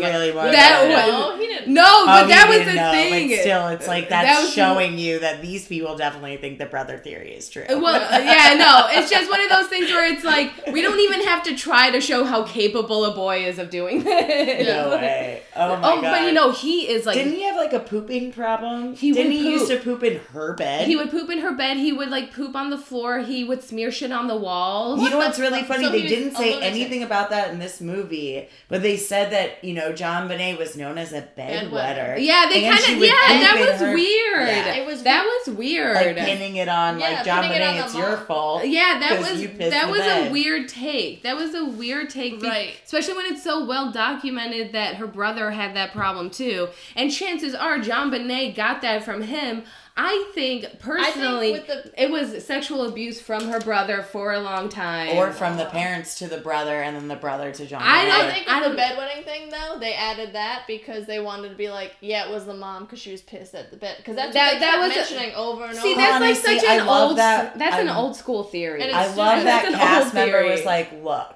Speaker 2: That was really morbid.
Speaker 3: Oh, That
Speaker 2: Yeah.
Speaker 3: was
Speaker 1: No, he didn't.
Speaker 3: no,
Speaker 2: Oh,
Speaker 3: but
Speaker 2: you
Speaker 3: that was the
Speaker 2: didn't know,
Speaker 3: thing.
Speaker 2: But still, it's like
Speaker 3: That
Speaker 2: that's
Speaker 3: was-
Speaker 2: showing you that these people definitely think the brother theory is true.
Speaker 3: Well, yeah, no, it's just one of those things where it's like we don't even have to try to show how capable a boy is of doing this.
Speaker 2: no way. Oh my
Speaker 3: oh,
Speaker 2: god.
Speaker 3: but you know, he is like
Speaker 2: didn't he have like a pooping problem?
Speaker 3: He
Speaker 2: didn't
Speaker 3: would
Speaker 2: he used to poop in her bed.
Speaker 3: he would poop in her bed. He would like poop on the floor. He would smear shit on the walls.
Speaker 2: you know what's really
Speaker 1: fuck?
Speaker 2: funny?
Speaker 1: So he
Speaker 2: they
Speaker 1: was
Speaker 2: didn't
Speaker 1: a
Speaker 2: say
Speaker 1: lunatic.
Speaker 2: anything about that in this movie, but they said that you know John Bonet was known as a bedwetter.
Speaker 3: yeah, they
Speaker 2: And
Speaker 3: kind
Speaker 2: she
Speaker 3: of
Speaker 2: would
Speaker 3: yeah,
Speaker 2: poop
Speaker 3: that
Speaker 2: in
Speaker 3: was
Speaker 2: her-
Speaker 3: weird.
Speaker 2: Yeah.
Speaker 1: It was
Speaker 3: that was weird.
Speaker 2: Like pinning it on like
Speaker 1: Yeah,
Speaker 2: John
Speaker 1: pinning it on
Speaker 2: Bonet,
Speaker 1: the
Speaker 2: it's your
Speaker 1: mom.
Speaker 2: fault.
Speaker 3: Yeah, that
Speaker 2: 'Cause
Speaker 3: was
Speaker 2: you pissed
Speaker 3: that
Speaker 2: the
Speaker 3: was a
Speaker 2: bed.
Speaker 3: weird take. That was a weird take, be-
Speaker 1: Right.
Speaker 3: especially when it's so well documented that her brother had that problem too. And chances are, John Bonet got that from him. I think personally,
Speaker 1: with the-
Speaker 3: it was sexual abuse from her brother for a long time.
Speaker 2: Or from the parents to the brother, and then the brother to John.
Speaker 3: I
Speaker 1: I
Speaker 3: don't
Speaker 2: Bonet.
Speaker 1: think
Speaker 3: I
Speaker 1: with
Speaker 3: don't-
Speaker 1: the bedwetting thing though, they added that because they wanted to be like, yeah, it was the mom because she was pissed at the bed because that's
Speaker 3: That-
Speaker 1: what they
Speaker 3: that
Speaker 1: kept
Speaker 3: was a-
Speaker 1: mentioning over and
Speaker 3: see
Speaker 1: over.
Speaker 3: that's
Speaker 2: Honestly,
Speaker 3: like such
Speaker 2: I
Speaker 3: an
Speaker 2: love
Speaker 3: old
Speaker 2: that.
Speaker 3: that's an
Speaker 2: I'm-
Speaker 3: old school theory.
Speaker 1: And
Speaker 2: I
Speaker 1: It's
Speaker 2: love
Speaker 1: just-
Speaker 2: that
Speaker 3: That's an old
Speaker 2: cast member was
Speaker 3: theory.
Speaker 2: like, look,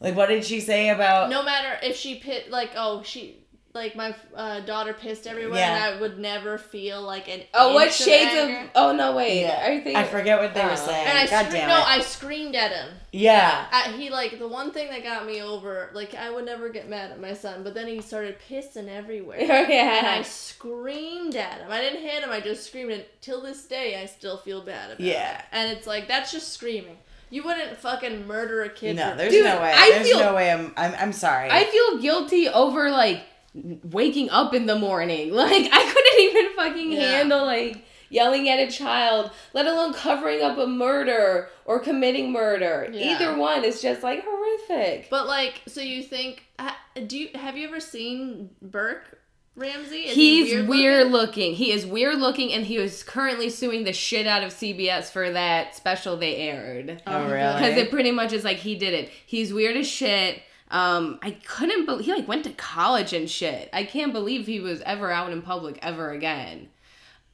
Speaker 2: like what did she say about?
Speaker 1: no matter if she pit like oh she like my uh, daughter pissed everywhere
Speaker 2: Yeah.
Speaker 1: and I would never feel like an
Speaker 3: oh, what
Speaker 1: inch
Speaker 3: shades
Speaker 1: anger.
Speaker 3: of? Oh no, wait.
Speaker 2: Yeah.
Speaker 3: Are you thinking?
Speaker 2: I forget what they
Speaker 3: Oh.
Speaker 2: were saying.
Speaker 1: and I
Speaker 2: God
Speaker 1: scre-
Speaker 2: damn
Speaker 1: no
Speaker 2: it.
Speaker 1: I screamed at him
Speaker 2: yeah.
Speaker 1: at, he like the one thing that got me over like I would never get mad at my son but then he started pissing everywhere and I
Speaker 3: yeah.
Speaker 1: screamed at him I didn't hit him I just screamed and till this day I still feel bad about it
Speaker 2: Yeah.
Speaker 1: and it's like that's just screaming you wouldn't fucking murder a kid
Speaker 2: No,
Speaker 1: for-
Speaker 2: there's
Speaker 3: Dude,
Speaker 2: no way.
Speaker 3: I
Speaker 2: there's
Speaker 3: feel-
Speaker 2: no way. I'm. I'm, I'm sorry.
Speaker 3: I feel guilty over like waking up in the morning. Like I couldn't even fucking
Speaker 1: Yeah.
Speaker 3: handle like yelling at a child, let alone covering up a murder or committing murder.
Speaker 1: Yeah.
Speaker 3: Either one is just like horrific.
Speaker 1: But like, so you think? ha- Do you have you ever seen Burke Ramsey? Is he
Speaker 3: He's weird,
Speaker 1: looking?
Speaker 3: looking. He is weird looking, and he is currently suing the shit out of CBS for that special they aired.
Speaker 2: Oh,
Speaker 1: Um,
Speaker 2: really?
Speaker 3: Because it pretty much is like he did it. He's weird as shit. Um, I couldn't believe he like went to college and shit. I can't believe he was ever out in public ever again.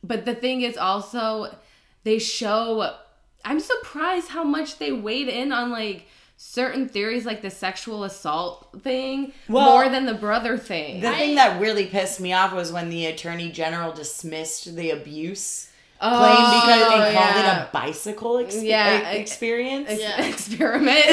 Speaker 3: But the thing is also they show I'm surprised how much they weighed in on like certain theories like the sexual assault thing
Speaker 2: Well,
Speaker 3: more than the brother thing.
Speaker 2: The thing that really pissed me off was when the attorney general dismissed the abuse
Speaker 3: Oh,
Speaker 2: claim because and called
Speaker 3: yeah.
Speaker 2: it a bicycle ex-
Speaker 3: Yeah.
Speaker 2: e- experience.
Speaker 3: Ex-
Speaker 1: Yeah.
Speaker 3: experiment.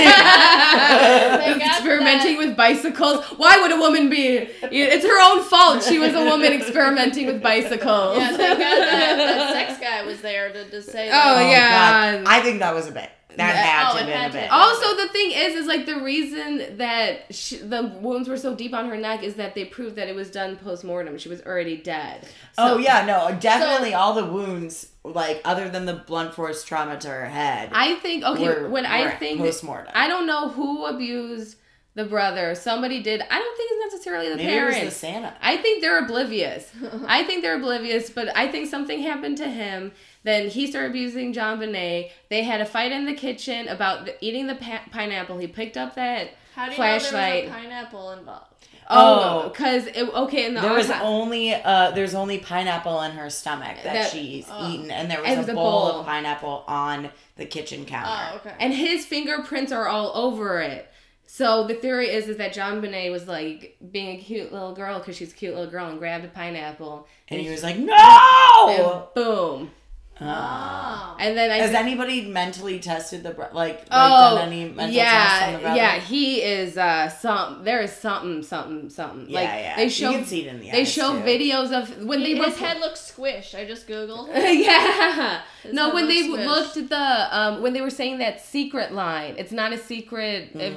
Speaker 1: They got
Speaker 3: experimenting with bicycles. Why would a woman be? It's her own fault. She was a woman experimenting with bicycles.
Speaker 1: Yeah, thank God that, that sex guy was there to, to say.
Speaker 3: Oh,
Speaker 1: that.
Speaker 3: yeah.
Speaker 2: God. I think that was a bit. That had
Speaker 1: oh, it
Speaker 2: to have been
Speaker 1: had
Speaker 2: a
Speaker 1: to.
Speaker 2: bit.
Speaker 3: Also, the thing is, is like the reason that she, the wounds were so deep on her neck is that they proved that it was done post mortem. She was already dead.
Speaker 2: oh yeah, no, definitely all the wounds, like other than the blunt force trauma to her head.
Speaker 3: I think okay.
Speaker 2: were-
Speaker 3: when
Speaker 2: were
Speaker 3: I
Speaker 2: at
Speaker 3: think
Speaker 2: postmortem.
Speaker 3: I don't know who abused the brother. Somebody did. I don't think it's necessarily the
Speaker 2: Maybe
Speaker 3: parents.
Speaker 2: it was the Santa.
Speaker 3: I think they're oblivious. I think they're oblivious, but I think something happened to him. Then he started abusing John Bonet. They had a fight in the kitchen about the, eating the pa- pineapple. He picked up that
Speaker 1: How do you
Speaker 3: flashlight.
Speaker 1: know there was a pineapple involved?
Speaker 3: oh,
Speaker 2: Oh.
Speaker 3: because it okay. In the
Speaker 2: There was
Speaker 3: autop-
Speaker 2: only uh, there's only pineapple in her stomach that,
Speaker 3: That-
Speaker 2: she's
Speaker 1: Oh.
Speaker 2: eaten, and there was
Speaker 3: It
Speaker 2: a
Speaker 3: was a
Speaker 2: bowl,
Speaker 3: bowl.
Speaker 2: of pineapple on the kitchen counter.
Speaker 1: Oh, okay.
Speaker 3: and his fingerprints are all over it. So the theory is is that John Bonet was like being a cute little girl because she's a cute little girl and grabbed a pineapple
Speaker 2: And he was like,
Speaker 3: and
Speaker 2: "No!"
Speaker 3: boom.
Speaker 2: Uh,
Speaker 1: oh.
Speaker 3: And then I
Speaker 2: has
Speaker 3: think-
Speaker 2: anybody mentally tested the br- like, like
Speaker 3: Oh,
Speaker 2: done any mental tests on the
Speaker 3: yeah,
Speaker 2: brother?
Speaker 3: yeah, he is uh some there is something something something
Speaker 2: yeah,
Speaker 3: like
Speaker 2: yeah.
Speaker 3: they show
Speaker 2: you can see it in the
Speaker 3: they
Speaker 2: eyes,
Speaker 3: show
Speaker 2: too.
Speaker 3: videos of when they
Speaker 1: His
Speaker 3: look
Speaker 1: head looks squished. I just googled.
Speaker 3: yeah.
Speaker 1: His
Speaker 3: No,
Speaker 1: head
Speaker 3: when they
Speaker 1: looks squished.
Speaker 2: Mm-hmm.
Speaker 3: looked at the um when they were saying that secret line, it's not a secret if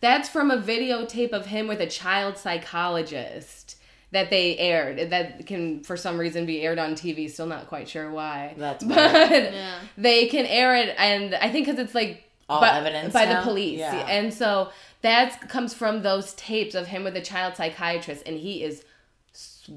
Speaker 3: That's from a videotape of him with a child psychologist that they aired. That can, for some reason, be aired on TV. Still not quite sure why.
Speaker 2: That's
Speaker 3: but
Speaker 1: Yeah.
Speaker 3: they can air it, and I think because it's like
Speaker 2: All
Speaker 3: by,
Speaker 2: evidence
Speaker 3: by
Speaker 2: now?
Speaker 3: the police,
Speaker 2: Yeah.
Speaker 3: and so that comes from those tapes of him with a child psychiatrist, and he is. sw-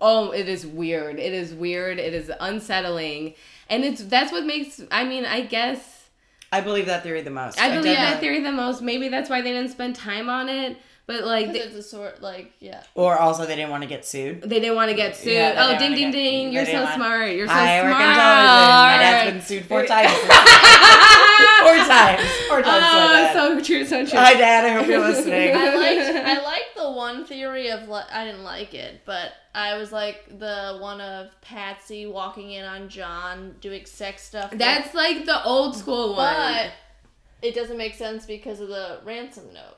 Speaker 3: Oh, it is weird. It is weird. It is unsettling, and it's that's what makes. I mean, I guess
Speaker 2: I believe that theory the most.
Speaker 3: I believe that
Speaker 2: definitely-
Speaker 3: theory the most. Maybe that's why they didn't spend time on it. But
Speaker 1: Because
Speaker 3: like they,
Speaker 1: it's a sort like yeah.
Speaker 2: Or also, they didn't want to get sued.
Speaker 3: they didn't want to get sued.
Speaker 2: Yeah, they
Speaker 3: oh,
Speaker 2: didn't
Speaker 3: ding
Speaker 2: wanna
Speaker 3: ding
Speaker 2: get-
Speaker 3: ding!
Speaker 2: they
Speaker 3: You're
Speaker 2: didn't
Speaker 3: so
Speaker 2: want-
Speaker 3: smart. You're so
Speaker 2: I
Speaker 3: smart.
Speaker 2: work in television. My dad's been sued four times. four times. Four times. so
Speaker 3: oh,
Speaker 2: bad.
Speaker 3: so true, so true.
Speaker 2: Hi, Dad. I hope you're listening.
Speaker 1: I liked I liked the one theory of like I didn't like it, but I was like the one of Patsy walking in on John doing sex stuff. with-
Speaker 3: That's like the old school one.
Speaker 1: but it doesn't make sense because of the ransom note.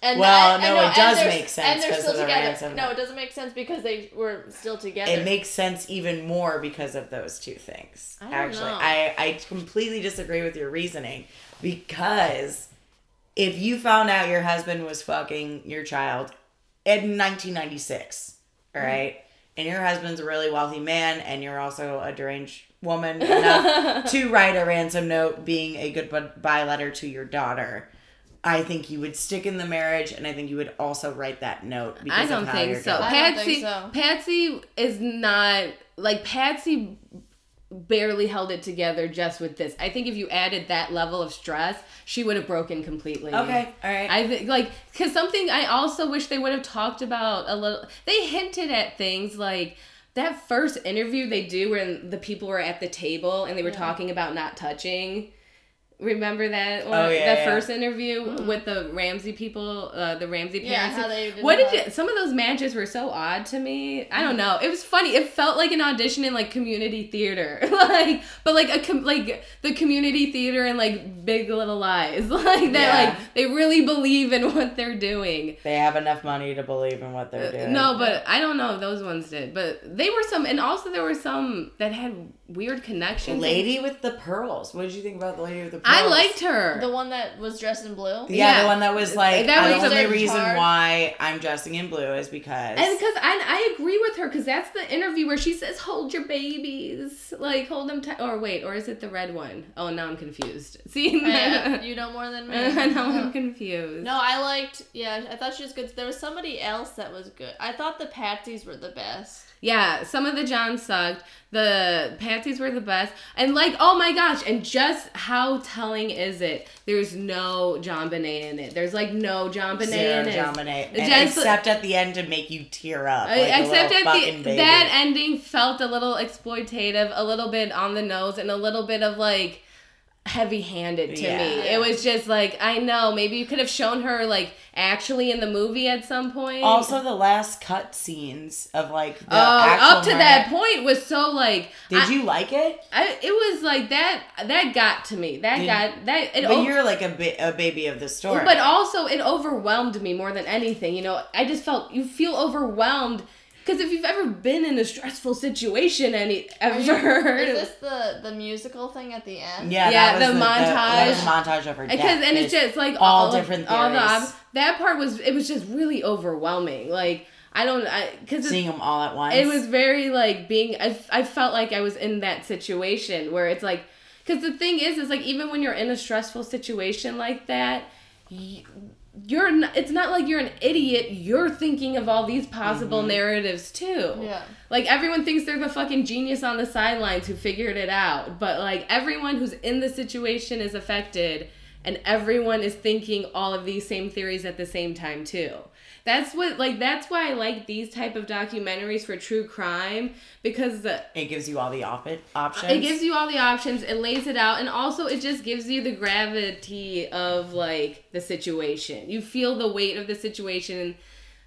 Speaker 1: And
Speaker 2: Well,
Speaker 1: and-
Speaker 2: no,
Speaker 1: and
Speaker 2: it
Speaker 1: and
Speaker 2: does
Speaker 1: they're-
Speaker 2: make sense
Speaker 1: and they're
Speaker 2: 'cause
Speaker 1: still
Speaker 2: of the
Speaker 1: together.
Speaker 2: ransom
Speaker 1: No,
Speaker 2: note.
Speaker 1: it doesn't make sense because they were still together.
Speaker 2: It makes sense even more because of those two things.
Speaker 1: I don't
Speaker 2: actually,
Speaker 1: know.
Speaker 2: I, I completely disagree with your reasoning because if you found out your husband was fucking your child in 1996,
Speaker 3: Mm-hmm.
Speaker 2: all right, and your husband's a really wealthy man and you're also a deranged woman enough to write a ransom note being a goodbye letter to your daughter. I think you would stick in the marriage, and I think you would also write that note. Because
Speaker 3: I
Speaker 2: of
Speaker 3: don't
Speaker 2: how
Speaker 3: think
Speaker 2: you're
Speaker 3: so.
Speaker 2: going.
Speaker 1: I don't
Speaker 3: Patsy,
Speaker 1: think so.
Speaker 3: Patsy is not like Patsy barely held it together just with this. I think if you added that level of stress, she would have broken completely.
Speaker 2: Okay, all right.
Speaker 3: I think like because something I also wish they would have talked about a little. They hinted at things like that first interview they do when the people were at the table and they were talking about not touching. Remember that one?
Speaker 2: Oh, yeah,
Speaker 3: that
Speaker 2: yeah.
Speaker 3: first interview with the Ramsey people, uh, the Ramsey
Speaker 1: Yeah,
Speaker 3: parents.
Speaker 1: how they did
Speaker 3: what did
Speaker 1: not-
Speaker 3: you? Some of those matches were so odd to me. I don't
Speaker 2: Mm.
Speaker 3: know. It was funny. It felt like an audition in like community theater, like but like a com- like the community theater and like Big Little Lies, like that.
Speaker 2: Yeah.
Speaker 3: Like they really believe in what they're doing.
Speaker 2: They have enough money to believe in what they're doing.
Speaker 3: Uh, No, but I don't know if those ones did, but they were some, and also there were some that had weird connections.
Speaker 2: Lady with the pearls. What did you think about the lady with the pearls?
Speaker 3: I liked her.
Speaker 1: the one that was dressed in blue.
Speaker 2: Yeah,
Speaker 3: Yeah.
Speaker 2: the one that was like
Speaker 3: That
Speaker 2: that
Speaker 3: was
Speaker 2: the only
Speaker 1: the-
Speaker 2: reason
Speaker 1: Charged.
Speaker 2: why I'm dressing in blue is because
Speaker 3: And because I, I agree with her, because that's the interview where she says, "Hold your babies, like hold them tight." Or wait, or is it the red one? Oh, now I'm confused. See,
Speaker 1: Oh, Yeah, you know more than me.
Speaker 3: now I'm confused.
Speaker 1: No, I liked. Yeah, I thought she was good. There was somebody else that was good. I thought the Patsies were the best.
Speaker 3: Yeah, some of the Johns sucked. The Pansies were the best, and like, oh my gosh! And just how telling is it? There's no John Bonet in it. There's like no John Bonet
Speaker 2: Sarah
Speaker 3: in it.
Speaker 2: Dominic.
Speaker 3: It
Speaker 2: And
Speaker 3: just-
Speaker 2: except at the end to make you tear up. Like
Speaker 3: except at the
Speaker 2: fucking baby.
Speaker 3: that ending felt a little exploitative, a little bit on the nose, and a little bit of like heavy-handed to
Speaker 2: Yeah.
Speaker 3: me. It was just like I know maybe you could have shown her like actually in the movie at some point.
Speaker 2: also the last cut scenes of like the
Speaker 3: Oh, up to
Speaker 2: actual
Speaker 3: that
Speaker 2: murder.
Speaker 3: point was so like
Speaker 2: Did
Speaker 3: I-
Speaker 2: you like it?
Speaker 3: I, it was like that that got to me that
Speaker 2: Did-
Speaker 3: got that it
Speaker 2: But
Speaker 3: o-
Speaker 2: you're like a, ba- a baby of the story.
Speaker 3: but also it overwhelmed me more than anything you know i just felt you feel overwhelmed because if you've ever been in a stressful situation any
Speaker 1: Are
Speaker 3: ever
Speaker 1: you- is this the the musical thing at the end?
Speaker 2: yeah,
Speaker 3: yeah,
Speaker 2: that was
Speaker 3: the
Speaker 2: that was montage of her death.
Speaker 3: because and it's
Speaker 2: There's-
Speaker 3: just like
Speaker 2: all
Speaker 3: of-
Speaker 2: different
Speaker 3: the
Speaker 2: theories.
Speaker 3: that part was it was just really overwhelming like i don't i because
Speaker 2: seeing them all at once.
Speaker 3: it was very like being I, f- I felt like i was in that situation where it's like because the thing is is like even when you're in a stressful situation like that y- you're not, it's not like you're an idiot you're thinking of all these possible narratives too
Speaker 1: Yeah.
Speaker 3: like everyone thinks they're the fucking genius on the sidelines who figured it out but like everyone who's in the situation is affected and everyone is thinking all of these same theories at the same time too that's what like that's why i like these type of documentaries for true crime because the,
Speaker 2: it gives you all the op- options.
Speaker 3: it gives you all the options it lays it out and also it just gives you the gravity of like the situation you feel the weight of the situation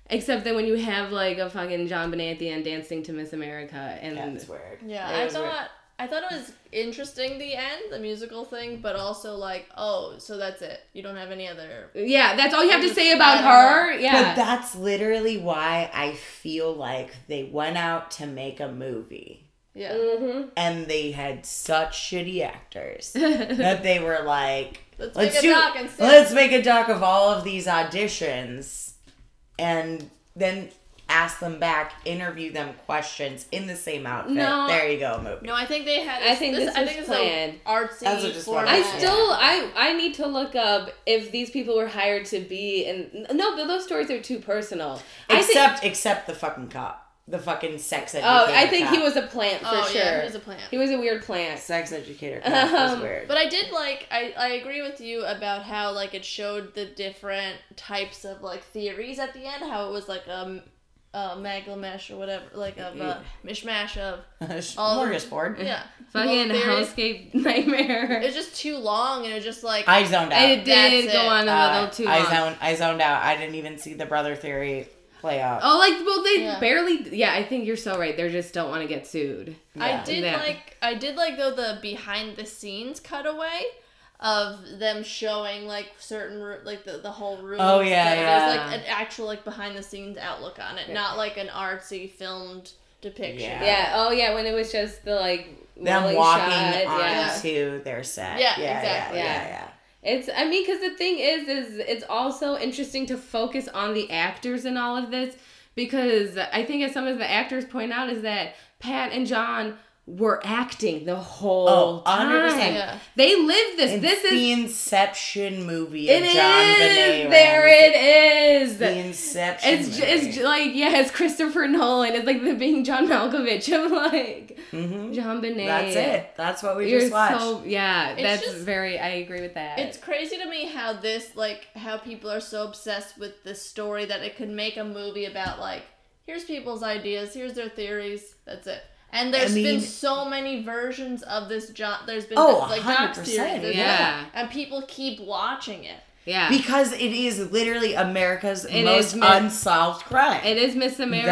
Speaker 3: except that when you have like a fucking john bonet at the end dancing to miss america and
Speaker 2: That's weird.
Speaker 1: Yeah,
Speaker 2: It
Speaker 1: I
Speaker 2: was weird.
Speaker 1: thought I thought it was interesting the end, the musical thing, but also like, oh, so that's it. You don't have any other.
Speaker 3: yeah that's all you have to say
Speaker 1: I
Speaker 3: about
Speaker 1: don't
Speaker 3: her
Speaker 2: But
Speaker 3: yeah
Speaker 2: that's literally why I feel like they went out to make a movie.
Speaker 1: Yeah.
Speaker 3: Mm-hmm.
Speaker 2: and they had such shitty actors that they were like,
Speaker 1: Let's,
Speaker 2: let's
Speaker 1: make
Speaker 2: do,
Speaker 1: a doc and see.
Speaker 2: let's make a doc of all of these auditions, and then ask them back, interview them questions in the same outfit.
Speaker 3: No.
Speaker 2: There you go, movie.
Speaker 1: No, I think they had.
Speaker 3: I think this
Speaker 1: I
Speaker 3: was
Speaker 1: think it's
Speaker 3: planned.
Speaker 1: a artsy
Speaker 2: That's what just what
Speaker 1: format.
Speaker 2: I
Speaker 3: I
Speaker 2: Yeah.
Speaker 3: still I I need to look up if these people were hired to be and no, but those stories are too personal. I think,
Speaker 2: Except, except the fucking cop, the fucking sex educator.
Speaker 3: oh, I think
Speaker 2: cop.
Speaker 3: he was a plant for
Speaker 1: Oh
Speaker 3: sure.
Speaker 1: yeah,
Speaker 3: he,
Speaker 1: here's
Speaker 3: was
Speaker 1: a plan.
Speaker 3: a weird plant.
Speaker 2: sex educator. Cop was
Speaker 3: Um,
Speaker 2: weird.
Speaker 1: But I did like I, I agree with you about how like it showed the different types of like theories at the end how it was like um uh maglamesh or whatever like of uh, mishmash of all-
Speaker 2: Smorgasbord.
Speaker 1: yeah
Speaker 3: Mm-hmm. Fucking
Speaker 1: Well, theory-
Speaker 3: housecape nightmare.
Speaker 1: it was just too long and it was just like
Speaker 2: I zoned out.
Speaker 3: I did
Speaker 1: That's
Speaker 3: go
Speaker 1: it.
Speaker 3: on a
Speaker 2: Uh,
Speaker 3: little too
Speaker 2: I
Speaker 3: long.
Speaker 2: zoned. I zoned out. I didn't even see the brother theory play out.
Speaker 3: Oh, like well, they
Speaker 1: Yeah.
Speaker 3: barely. Yeah, I think you're so right. They just don't want to get sued.
Speaker 1: I
Speaker 2: Yeah.
Speaker 1: did
Speaker 3: Yeah.
Speaker 1: like I did like though the behind the scenes cutaway of them showing like certain ru- like the, the whole room.
Speaker 2: Oh, yeah,
Speaker 1: There's
Speaker 3: yeah.
Speaker 1: like an actual like behind the scenes outlook on it, not like an artsy filmed depiction.
Speaker 2: Yeah.
Speaker 3: Yeah. Oh, yeah. When it was just the like
Speaker 2: them
Speaker 3: rolling
Speaker 2: walking
Speaker 3: shot, Oh, Yeah.
Speaker 2: onto their set.
Speaker 1: Yeah,
Speaker 2: yeah,
Speaker 1: exactly.
Speaker 2: yeah, yeah,
Speaker 3: Yeah.
Speaker 2: yeah.
Speaker 3: It's. I mean, because the thing is, is it's also interesting to focus on the actors in all of this because I think as some of the actors point out is that Pat and John were acting the whole
Speaker 2: Oh, 100%.
Speaker 3: time.
Speaker 1: Yeah.
Speaker 3: They lived this.
Speaker 2: It's
Speaker 3: this is.
Speaker 2: the Inception movie of
Speaker 3: It is.
Speaker 2: John Benet
Speaker 3: There
Speaker 2: Ramsey.
Speaker 3: it is.
Speaker 2: The Inception.
Speaker 3: It's ju- it's ju- like yeah, it's Christopher Nolan. It's like the being John Malkovich of like
Speaker 2: hmm
Speaker 3: John Benet.
Speaker 2: That's it. That's what we
Speaker 3: You're
Speaker 2: just watched.
Speaker 3: so yeah.
Speaker 1: It's
Speaker 3: that's
Speaker 1: just-
Speaker 3: very. I agree with that.
Speaker 1: It's crazy to me how this like how people are so obsessed with this story that it could make a movie about like here's people's ideas, here's their theories, that's it. And there's
Speaker 2: mean-
Speaker 1: been so many versions of this John. There's been
Speaker 2: Oh,
Speaker 1: like doc
Speaker 2: 100%,
Speaker 1: series, there's-
Speaker 3: yeah.
Speaker 1: and people keep watching it.
Speaker 3: yeah.
Speaker 2: because it is literally America's
Speaker 3: It
Speaker 2: most
Speaker 3: is mi-
Speaker 2: unsolved crime.
Speaker 3: it is Miss America.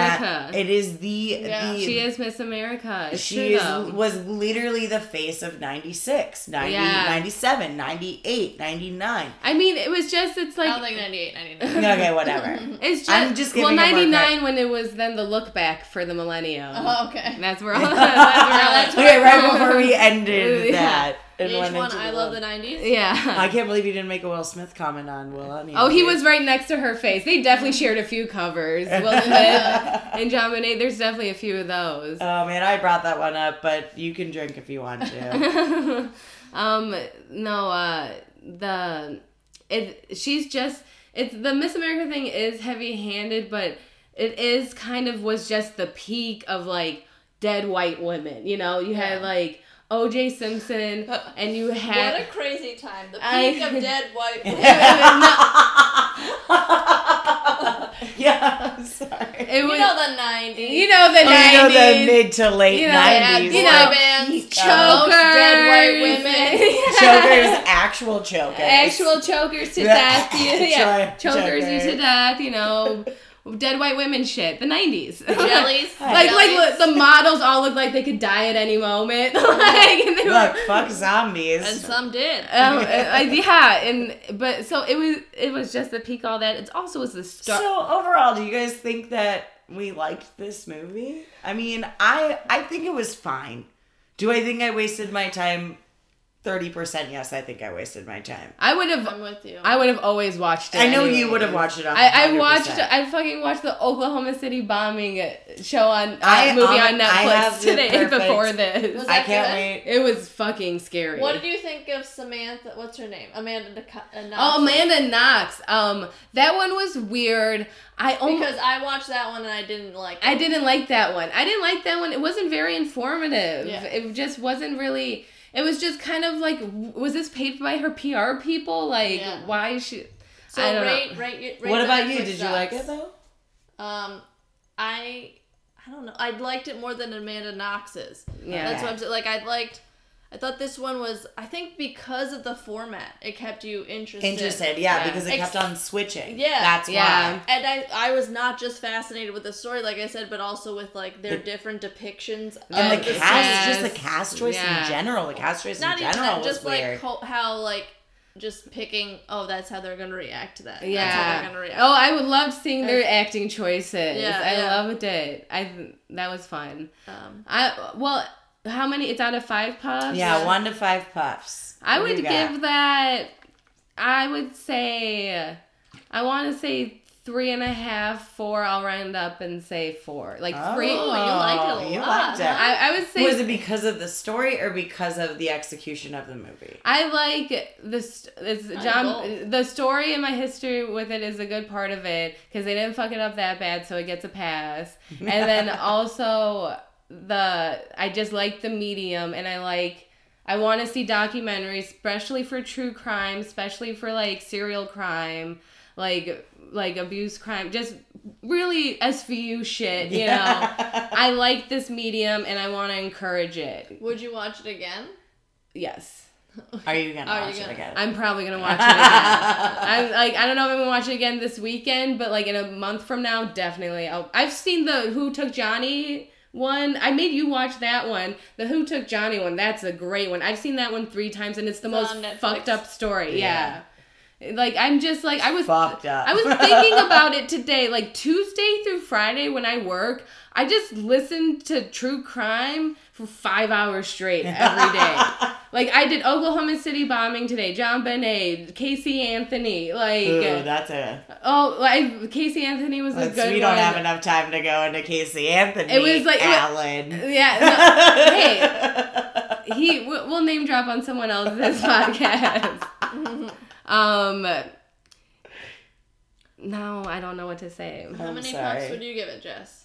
Speaker 2: That, it is the
Speaker 1: Yeah.
Speaker 2: the
Speaker 3: she is Miss America. It's
Speaker 2: she
Speaker 3: true,
Speaker 2: is,
Speaker 3: though.
Speaker 2: was literally the face of 96, 90,
Speaker 3: Yeah.
Speaker 2: 97, 98, 99.
Speaker 3: I mean, it was just. It's
Speaker 1: I
Speaker 3: like.
Speaker 1: don't think 98, 99.
Speaker 2: Okay, whatever.
Speaker 3: it's just,
Speaker 2: I'm just
Speaker 3: well,
Speaker 2: giving it more
Speaker 3: ninety nine when it was then the look back for the millennium.
Speaker 1: Oh, okay.
Speaker 3: And that's where all. that's where all
Speaker 2: okay, right before we ended
Speaker 3: Yeah.
Speaker 2: that. and
Speaker 1: Each
Speaker 2: went
Speaker 1: one,
Speaker 2: into
Speaker 1: I love the 90s.
Speaker 3: Yeah.
Speaker 2: I can't believe you didn't make a Will Smith comment on Will Hunting.
Speaker 3: Oh, he was right next to her face. They definitely shared a few covers. Will Smith and John Bonet. There's definitely a few of those.
Speaker 2: Oh man, I brought that one up, but you can drink if you want to.
Speaker 3: um, no, uh, the it. She's just. It's the Miss America thing is heavy-handed, but it is kind of was just the peak of like dead white women. You know, you had
Speaker 1: Yeah.
Speaker 3: like O.J. Simpson, and you had
Speaker 1: What a crazy time. The
Speaker 3: I-
Speaker 1: peak of dead white women.
Speaker 2: yeah, I'm sorry.
Speaker 3: it
Speaker 1: you
Speaker 3: was
Speaker 1: know the 90s.
Speaker 3: you know the
Speaker 2: Oh, you know the
Speaker 3: 90s.
Speaker 2: mid to late
Speaker 3: You know,
Speaker 1: yeah,
Speaker 2: nineties.
Speaker 1: boy
Speaker 3: you know,
Speaker 1: bands,
Speaker 2: peak
Speaker 1: chokers,
Speaker 2: of-
Speaker 1: dead white women.
Speaker 2: chokers, actual chokers,
Speaker 3: actual chokers to
Speaker 2: Yeah.
Speaker 3: death. you- Yeah,
Speaker 2: Cho-
Speaker 3: chokers you
Speaker 2: choker.
Speaker 3: to death. You know, dead white women shit. The nineties. like
Speaker 1: jellies.
Speaker 3: like
Speaker 1: jellies.
Speaker 3: look, the models all look like they could die at any moment. like and they
Speaker 2: Look,
Speaker 3: were.
Speaker 2: fuck zombies.
Speaker 1: and some did.
Speaker 3: Um, uh, uh, yeah, and but so it was. It was just the peak. All that. It's also was the start.
Speaker 2: So overall, do you guys think that we liked this movie? I mean, I I think it was fine. Do I think I wasted my time? Thirty percent. Yes, I think I wasted my time.
Speaker 3: I would
Speaker 1: I'm
Speaker 3: have.
Speaker 1: with you.
Speaker 3: I would have always watched it.
Speaker 2: I know you
Speaker 3: anyways.
Speaker 2: would have watched it. On
Speaker 3: I, I watched.
Speaker 2: 100%.
Speaker 3: I fucking watched the Oklahoma City bombing uh, show on uh,
Speaker 2: I,
Speaker 3: movie
Speaker 2: um,
Speaker 3: on
Speaker 2: I
Speaker 3: Netflix
Speaker 2: have the
Speaker 3: today.
Speaker 2: perfect-
Speaker 3: Before this,
Speaker 1: Was
Speaker 2: I
Speaker 1: that
Speaker 2: can't
Speaker 1: good?
Speaker 2: wait.
Speaker 3: It was fucking scary.
Speaker 1: What did you think of Samantha? What's her name? Amanda. Deca- uh, Knox.
Speaker 3: Oh, Amanda Knox. Um, that one was weird. I almost
Speaker 1: Because I watched that one and I didn't like. It.
Speaker 3: I didn't like that one. I didn't like that one. It wasn't very informative.
Speaker 1: Yeah.
Speaker 3: It just wasn't really. It was just kind of like, w- was this paid by her PR people? Like,
Speaker 1: Yeah.
Speaker 3: why is she?
Speaker 1: So
Speaker 3: I don't
Speaker 1: rate,
Speaker 3: know.
Speaker 1: rate, your- rate
Speaker 2: What
Speaker 1: the
Speaker 2: about you?
Speaker 1: Netflix
Speaker 2: Did you like it
Speaker 1: docs.
Speaker 2: though?
Speaker 1: Um, I, I don't know. I liked it more than Amanda Knox's.
Speaker 3: Yeah.
Speaker 1: That's what I'm saying. Like I liked. I thought this one was. I think because of the format, it kept you interested.
Speaker 2: Interested, yeah,
Speaker 3: Yeah.
Speaker 2: because it
Speaker 1: Ex-
Speaker 2: kept on switching.
Speaker 1: Yeah.
Speaker 2: that's
Speaker 3: Yeah.
Speaker 2: why.
Speaker 1: And I, I was not just fascinated with the story, like I said, but also with like their different depictions of
Speaker 2: And
Speaker 3: Oh,
Speaker 2: the
Speaker 1: the
Speaker 3: the
Speaker 2: cast, just the
Speaker 3: cast.
Speaker 2: cast choice
Speaker 3: Yeah.
Speaker 2: in general, the cast choice
Speaker 1: not
Speaker 2: in
Speaker 1: even
Speaker 2: general
Speaker 1: that,
Speaker 2: was
Speaker 1: just like
Speaker 2: weird.
Speaker 1: ho- how like just picking, oh, that's how they're gonna react to that. That's how
Speaker 3: Yeah.
Speaker 1: they're gonna react.
Speaker 3: Oh, I would love seeing their acting choices.
Speaker 1: Yeah,
Speaker 3: I
Speaker 1: yeah.
Speaker 3: loved it. I that was fun.
Speaker 2: Oh.
Speaker 1: Um,
Speaker 3: I well, how many? It's out of five puffs.
Speaker 2: Yeah, one to five puffs.
Speaker 3: I
Speaker 2: What do
Speaker 3: would
Speaker 2: you got?
Speaker 3: give that. I would say, I want to say three and a half, four. I'll round up and say four, like three.
Speaker 1: Oh, you liked it a
Speaker 2: you
Speaker 1: lot,
Speaker 2: liked it.
Speaker 1: huh?
Speaker 3: I, I would say
Speaker 2: was it because of the story or because of the execution of the movie?
Speaker 3: I like this. It's
Speaker 1: I
Speaker 3: John. The story and my history with it is a good part of it because they didn't fuck it up that bad, so it gets a pass. And then also the I just like the medium, and I like. I want to see documentaries, especially for true crime, especially for like serial crime, like like abuse crime, just really SVU shit, you know. I like this medium and I want to encourage it.
Speaker 1: would you watch it again?
Speaker 3: Yes.
Speaker 2: Are you gonna
Speaker 1: Are you
Speaker 2: watch
Speaker 1: gonna-
Speaker 2: it again?
Speaker 3: I'm probably gonna watch it again. I'm like I don't know if I'm gonna watch it again this weekend, but like in a month from now, definitely. I'll, I've seen the Who Took Johnny one. I made you watch that one. The Who Took Johnny one. That's a great one. I've seen that one three times, and it's the
Speaker 1: It's on Netflix.
Speaker 3: most fucked up story. Yeah. Like I'm just like I was
Speaker 2: Fucked up.
Speaker 3: I was thinking about it today, like Tuesday through Friday when I work. I just listened to true crime for five hours straight every day. like I did Oklahoma City bombing today, John Benet, Casey Anthony. Like
Speaker 2: Ooh, that's a.
Speaker 3: oh, like Casey Anthony was a
Speaker 2: Let's,
Speaker 3: good
Speaker 2: we don't
Speaker 3: one.
Speaker 2: have enough time to go into Casey Anthony.
Speaker 3: It was like-
Speaker 2: Alan.
Speaker 3: Yeah, no, hey, he we'll we'll name drop on someone else this podcast. um, no, I don't know what to say.
Speaker 1: How
Speaker 2: I'm
Speaker 1: many
Speaker 2: sorry.
Speaker 1: puffs would you give it, Jess?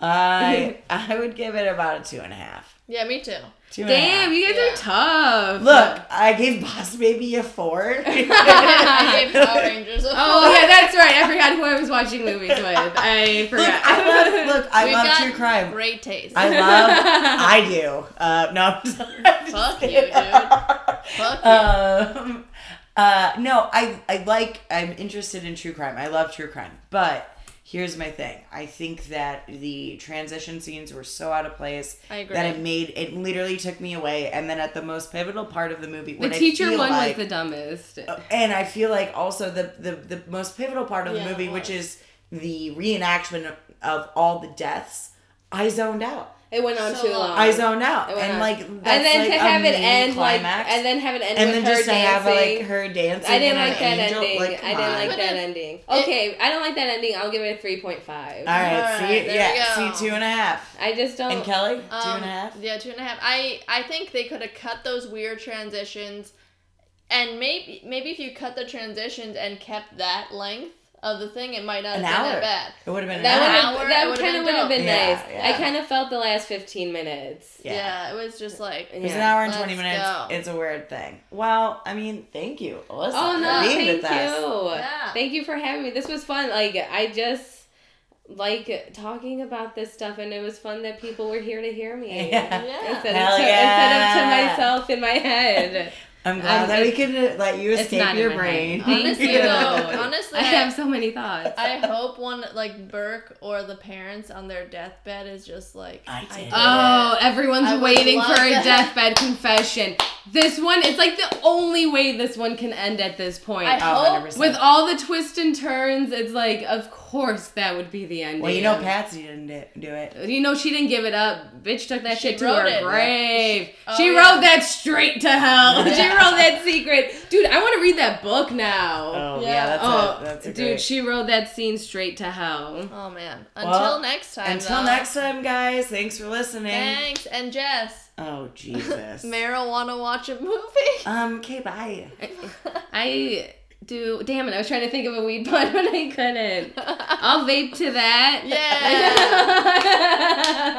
Speaker 2: I I would give it about a two and a half.
Speaker 1: Yeah, me too.
Speaker 2: Two and a half.
Speaker 3: Damn, you guys
Speaker 1: Yeah.
Speaker 3: are tough.
Speaker 2: Look, I gave Boss Baby a four.
Speaker 1: I gave Power Rangers. A
Speaker 3: Oh yeah, that's right. I forgot who I was watching movies with. I
Speaker 2: Look,
Speaker 3: forgot.
Speaker 2: I love, look, I
Speaker 1: We've
Speaker 2: love
Speaker 1: got
Speaker 2: true crime.
Speaker 1: Great taste.
Speaker 2: I love. I do. Uh, no, I'm sorry. I'm
Speaker 1: Fuck
Speaker 2: just
Speaker 1: you, dude.
Speaker 2: kidding.
Speaker 1: Fuck you.
Speaker 2: Um, uh, no, I I like. I'm interested in true crime. I love true crime, but. Here's my thing. I think that the transition scenes were so out of place
Speaker 1: I agree.
Speaker 2: that it made it literally took me away. And then at the most pivotal part of the movie,
Speaker 3: the
Speaker 2: when I
Speaker 3: teacher
Speaker 2: feel
Speaker 3: one
Speaker 2: like-
Speaker 3: was the dumbest.
Speaker 2: and I feel like also the the, the most pivotal part of
Speaker 1: Yeah,
Speaker 2: the
Speaker 1: it
Speaker 2: movie, which
Speaker 1: was.
Speaker 2: is the reenactment of, of all the deaths, I zoned out.
Speaker 3: It went on
Speaker 1: So
Speaker 3: too
Speaker 1: long.
Speaker 3: long.
Speaker 2: I zoned out,
Speaker 3: Um, It went
Speaker 2: and
Speaker 3: on.
Speaker 2: like
Speaker 3: and
Speaker 2: that's
Speaker 3: then
Speaker 2: like
Speaker 3: to
Speaker 2: a
Speaker 3: have it
Speaker 2: main
Speaker 3: end
Speaker 2: climax.
Speaker 3: like, and then have it end
Speaker 2: and
Speaker 3: with
Speaker 2: then
Speaker 3: her
Speaker 2: just to have
Speaker 3: dancing.
Speaker 2: like her dancing.
Speaker 3: I didn't
Speaker 2: and
Speaker 3: like
Speaker 2: an
Speaker 3: that
Speaker 2: angel,
Speaker 3: ending.
Speaker 2: Like,
Speaker 3: I
Speaker 2: come
Speaker 3: didn't
Speaker 2: on.
Speaker 3: like that
Speaker 1: It-
Speaker 3: ending. Okay, I don't like that ending. I'll give it a three point
Speaker 2: All
Speaker 3: five.
Speaker 2: right,
Speaker 1: All
Speaker 2: see,
Speaker 1: right, there
Speaker 2: yeah,
Speaker 1: we go.
Speaker 2: see, two and a half.
Speaker 3: I just don't.
Speaker 2: And Kelly, two
Speaker 1: Um,
Speaker 2: and a half.
Speaker 1: Yeah, two and a half. I I think they could have cut those weird transitions, and maybe maybe if you cut the transitions and kept that length of the thing, it might not
Speaker 2: An
Speaker 1: have been that
Speaker 2: hour.
Speaker 1: bad.
Speaker 2: It would have been an
Speaker 3: that
Speaker 2: hour.
Speaker 1: would've- hour,
Speaker 3: would
Speaker 1: it
Speaker 3: that
Speaker 1: would've
Speaker 3: kind of
Speaker 1: been
Speaker 3: would have been
Speaker 2: dope. Yeah,
Speaker 3: nice.
Speaker 2: yeah.
Speaker 3: I kind of felt the last fifteen minutes.
Speaker 1: Yeah.
Speaker 2: Yeah.
Speaker 1: it was just like
Speaker 2: It was an
Speaker 3: Yeah.
Speaker 2: hour and
Speaker 1: Let's
Speaker 2: 20 minutes.
Speaker 1: go.
Speaker 2: It's a weird thing. Well, I mean, thank you, Alyssa,
Speaker 3: Oh no!
Speaker 2: for being
Speaker 3: Thank
Speaker 2: with us.
Speaker 3: you.
Speaker 1: Yeah.
Speaker 3: Thank you for having me. This was fun. Like I just like talking about this stuff, and it was fun that people were here to hear me.
Speaker 2: Yeah.
Speaker 3: Instead,
Speaker 2: Hell
Speaker 3: of to,
Speaker 2: yeah.
Speaker 3: instead of to myself in my head.
Speaker 2: I'm glad
Speaker 3: Um,
Speaker 2: that we could uh, let you
Speaker 3: it's not
Speaker 2: escape
Speaker 3: in
Speaker 2: your
Speaker 3: my
Speaker 2: brain.
Speaker 3: head.
Speaker 1: honestly
Speaker 3: you.
Speaker 1: though, honestly,
Speaker 3: I have so many thoughts.
Speaker 1: I hope one like Burke or the parents on their deathbed is just like
Speaker 2: I did it.
Speaker 3: Oh, everyone's
Speaker 1: I would
Speaker 3: waiting for
Speaker 1: love
Speaker 3: a
Speaker 1: that.
Speaker 3: deathbed confession. This one, it's like the only way this one can end at this point.
Speaker 1: I hope
Speaker 2: 100%.
Speaker 3: With all the twists and turns, it's like, of course that would be the ending.
Speaker 2: well, you know, Patsy didn't do do it.
Speaker 3: You know she didn't give it up. Bitch took that
Speaker 1: She
Speaker 3: shit to
Speaker 1: wrote
Speaker 3: her
Speaker 1: it.
Speaker 3: grave. She,
Speaker 1: Oh,
Speaker 3: wrote
Speaker 1: yeah.
Speaker 3: that straight to hell. she
Speaker 1: Yeah.
Speaker 3: wrote that secret. Dude, I want to read that book now.
Speaker 2: Oh, yeah,
Speaker 1: Yeah.
Speaker 2: that's,
Speaker 3: Oh,
Speaker 2: a, that's a
Speaker 3: dude,
Speaker 2: great.
Speaker 3: she wrote that scene straight to hell.
Speaker 1: Oh man. Until
Speaker 2: Well,
Speaker 1: next time.
Speaker 2: Until
Speaker 1: though.
Speaker 2: next time, guys. Thanks for listening.
Speaker 1: Thanks and Jess.
Speaker 2: Oh Jesus.
Speaker 1: Marijuana watch a movie.
Speaker 2: um. Okay. Bye.
Speaker 3: I do. Damn it! I was trying to think of a weed pun, but I couldn't. I'll vape to that.
Speaker 1: Yeah.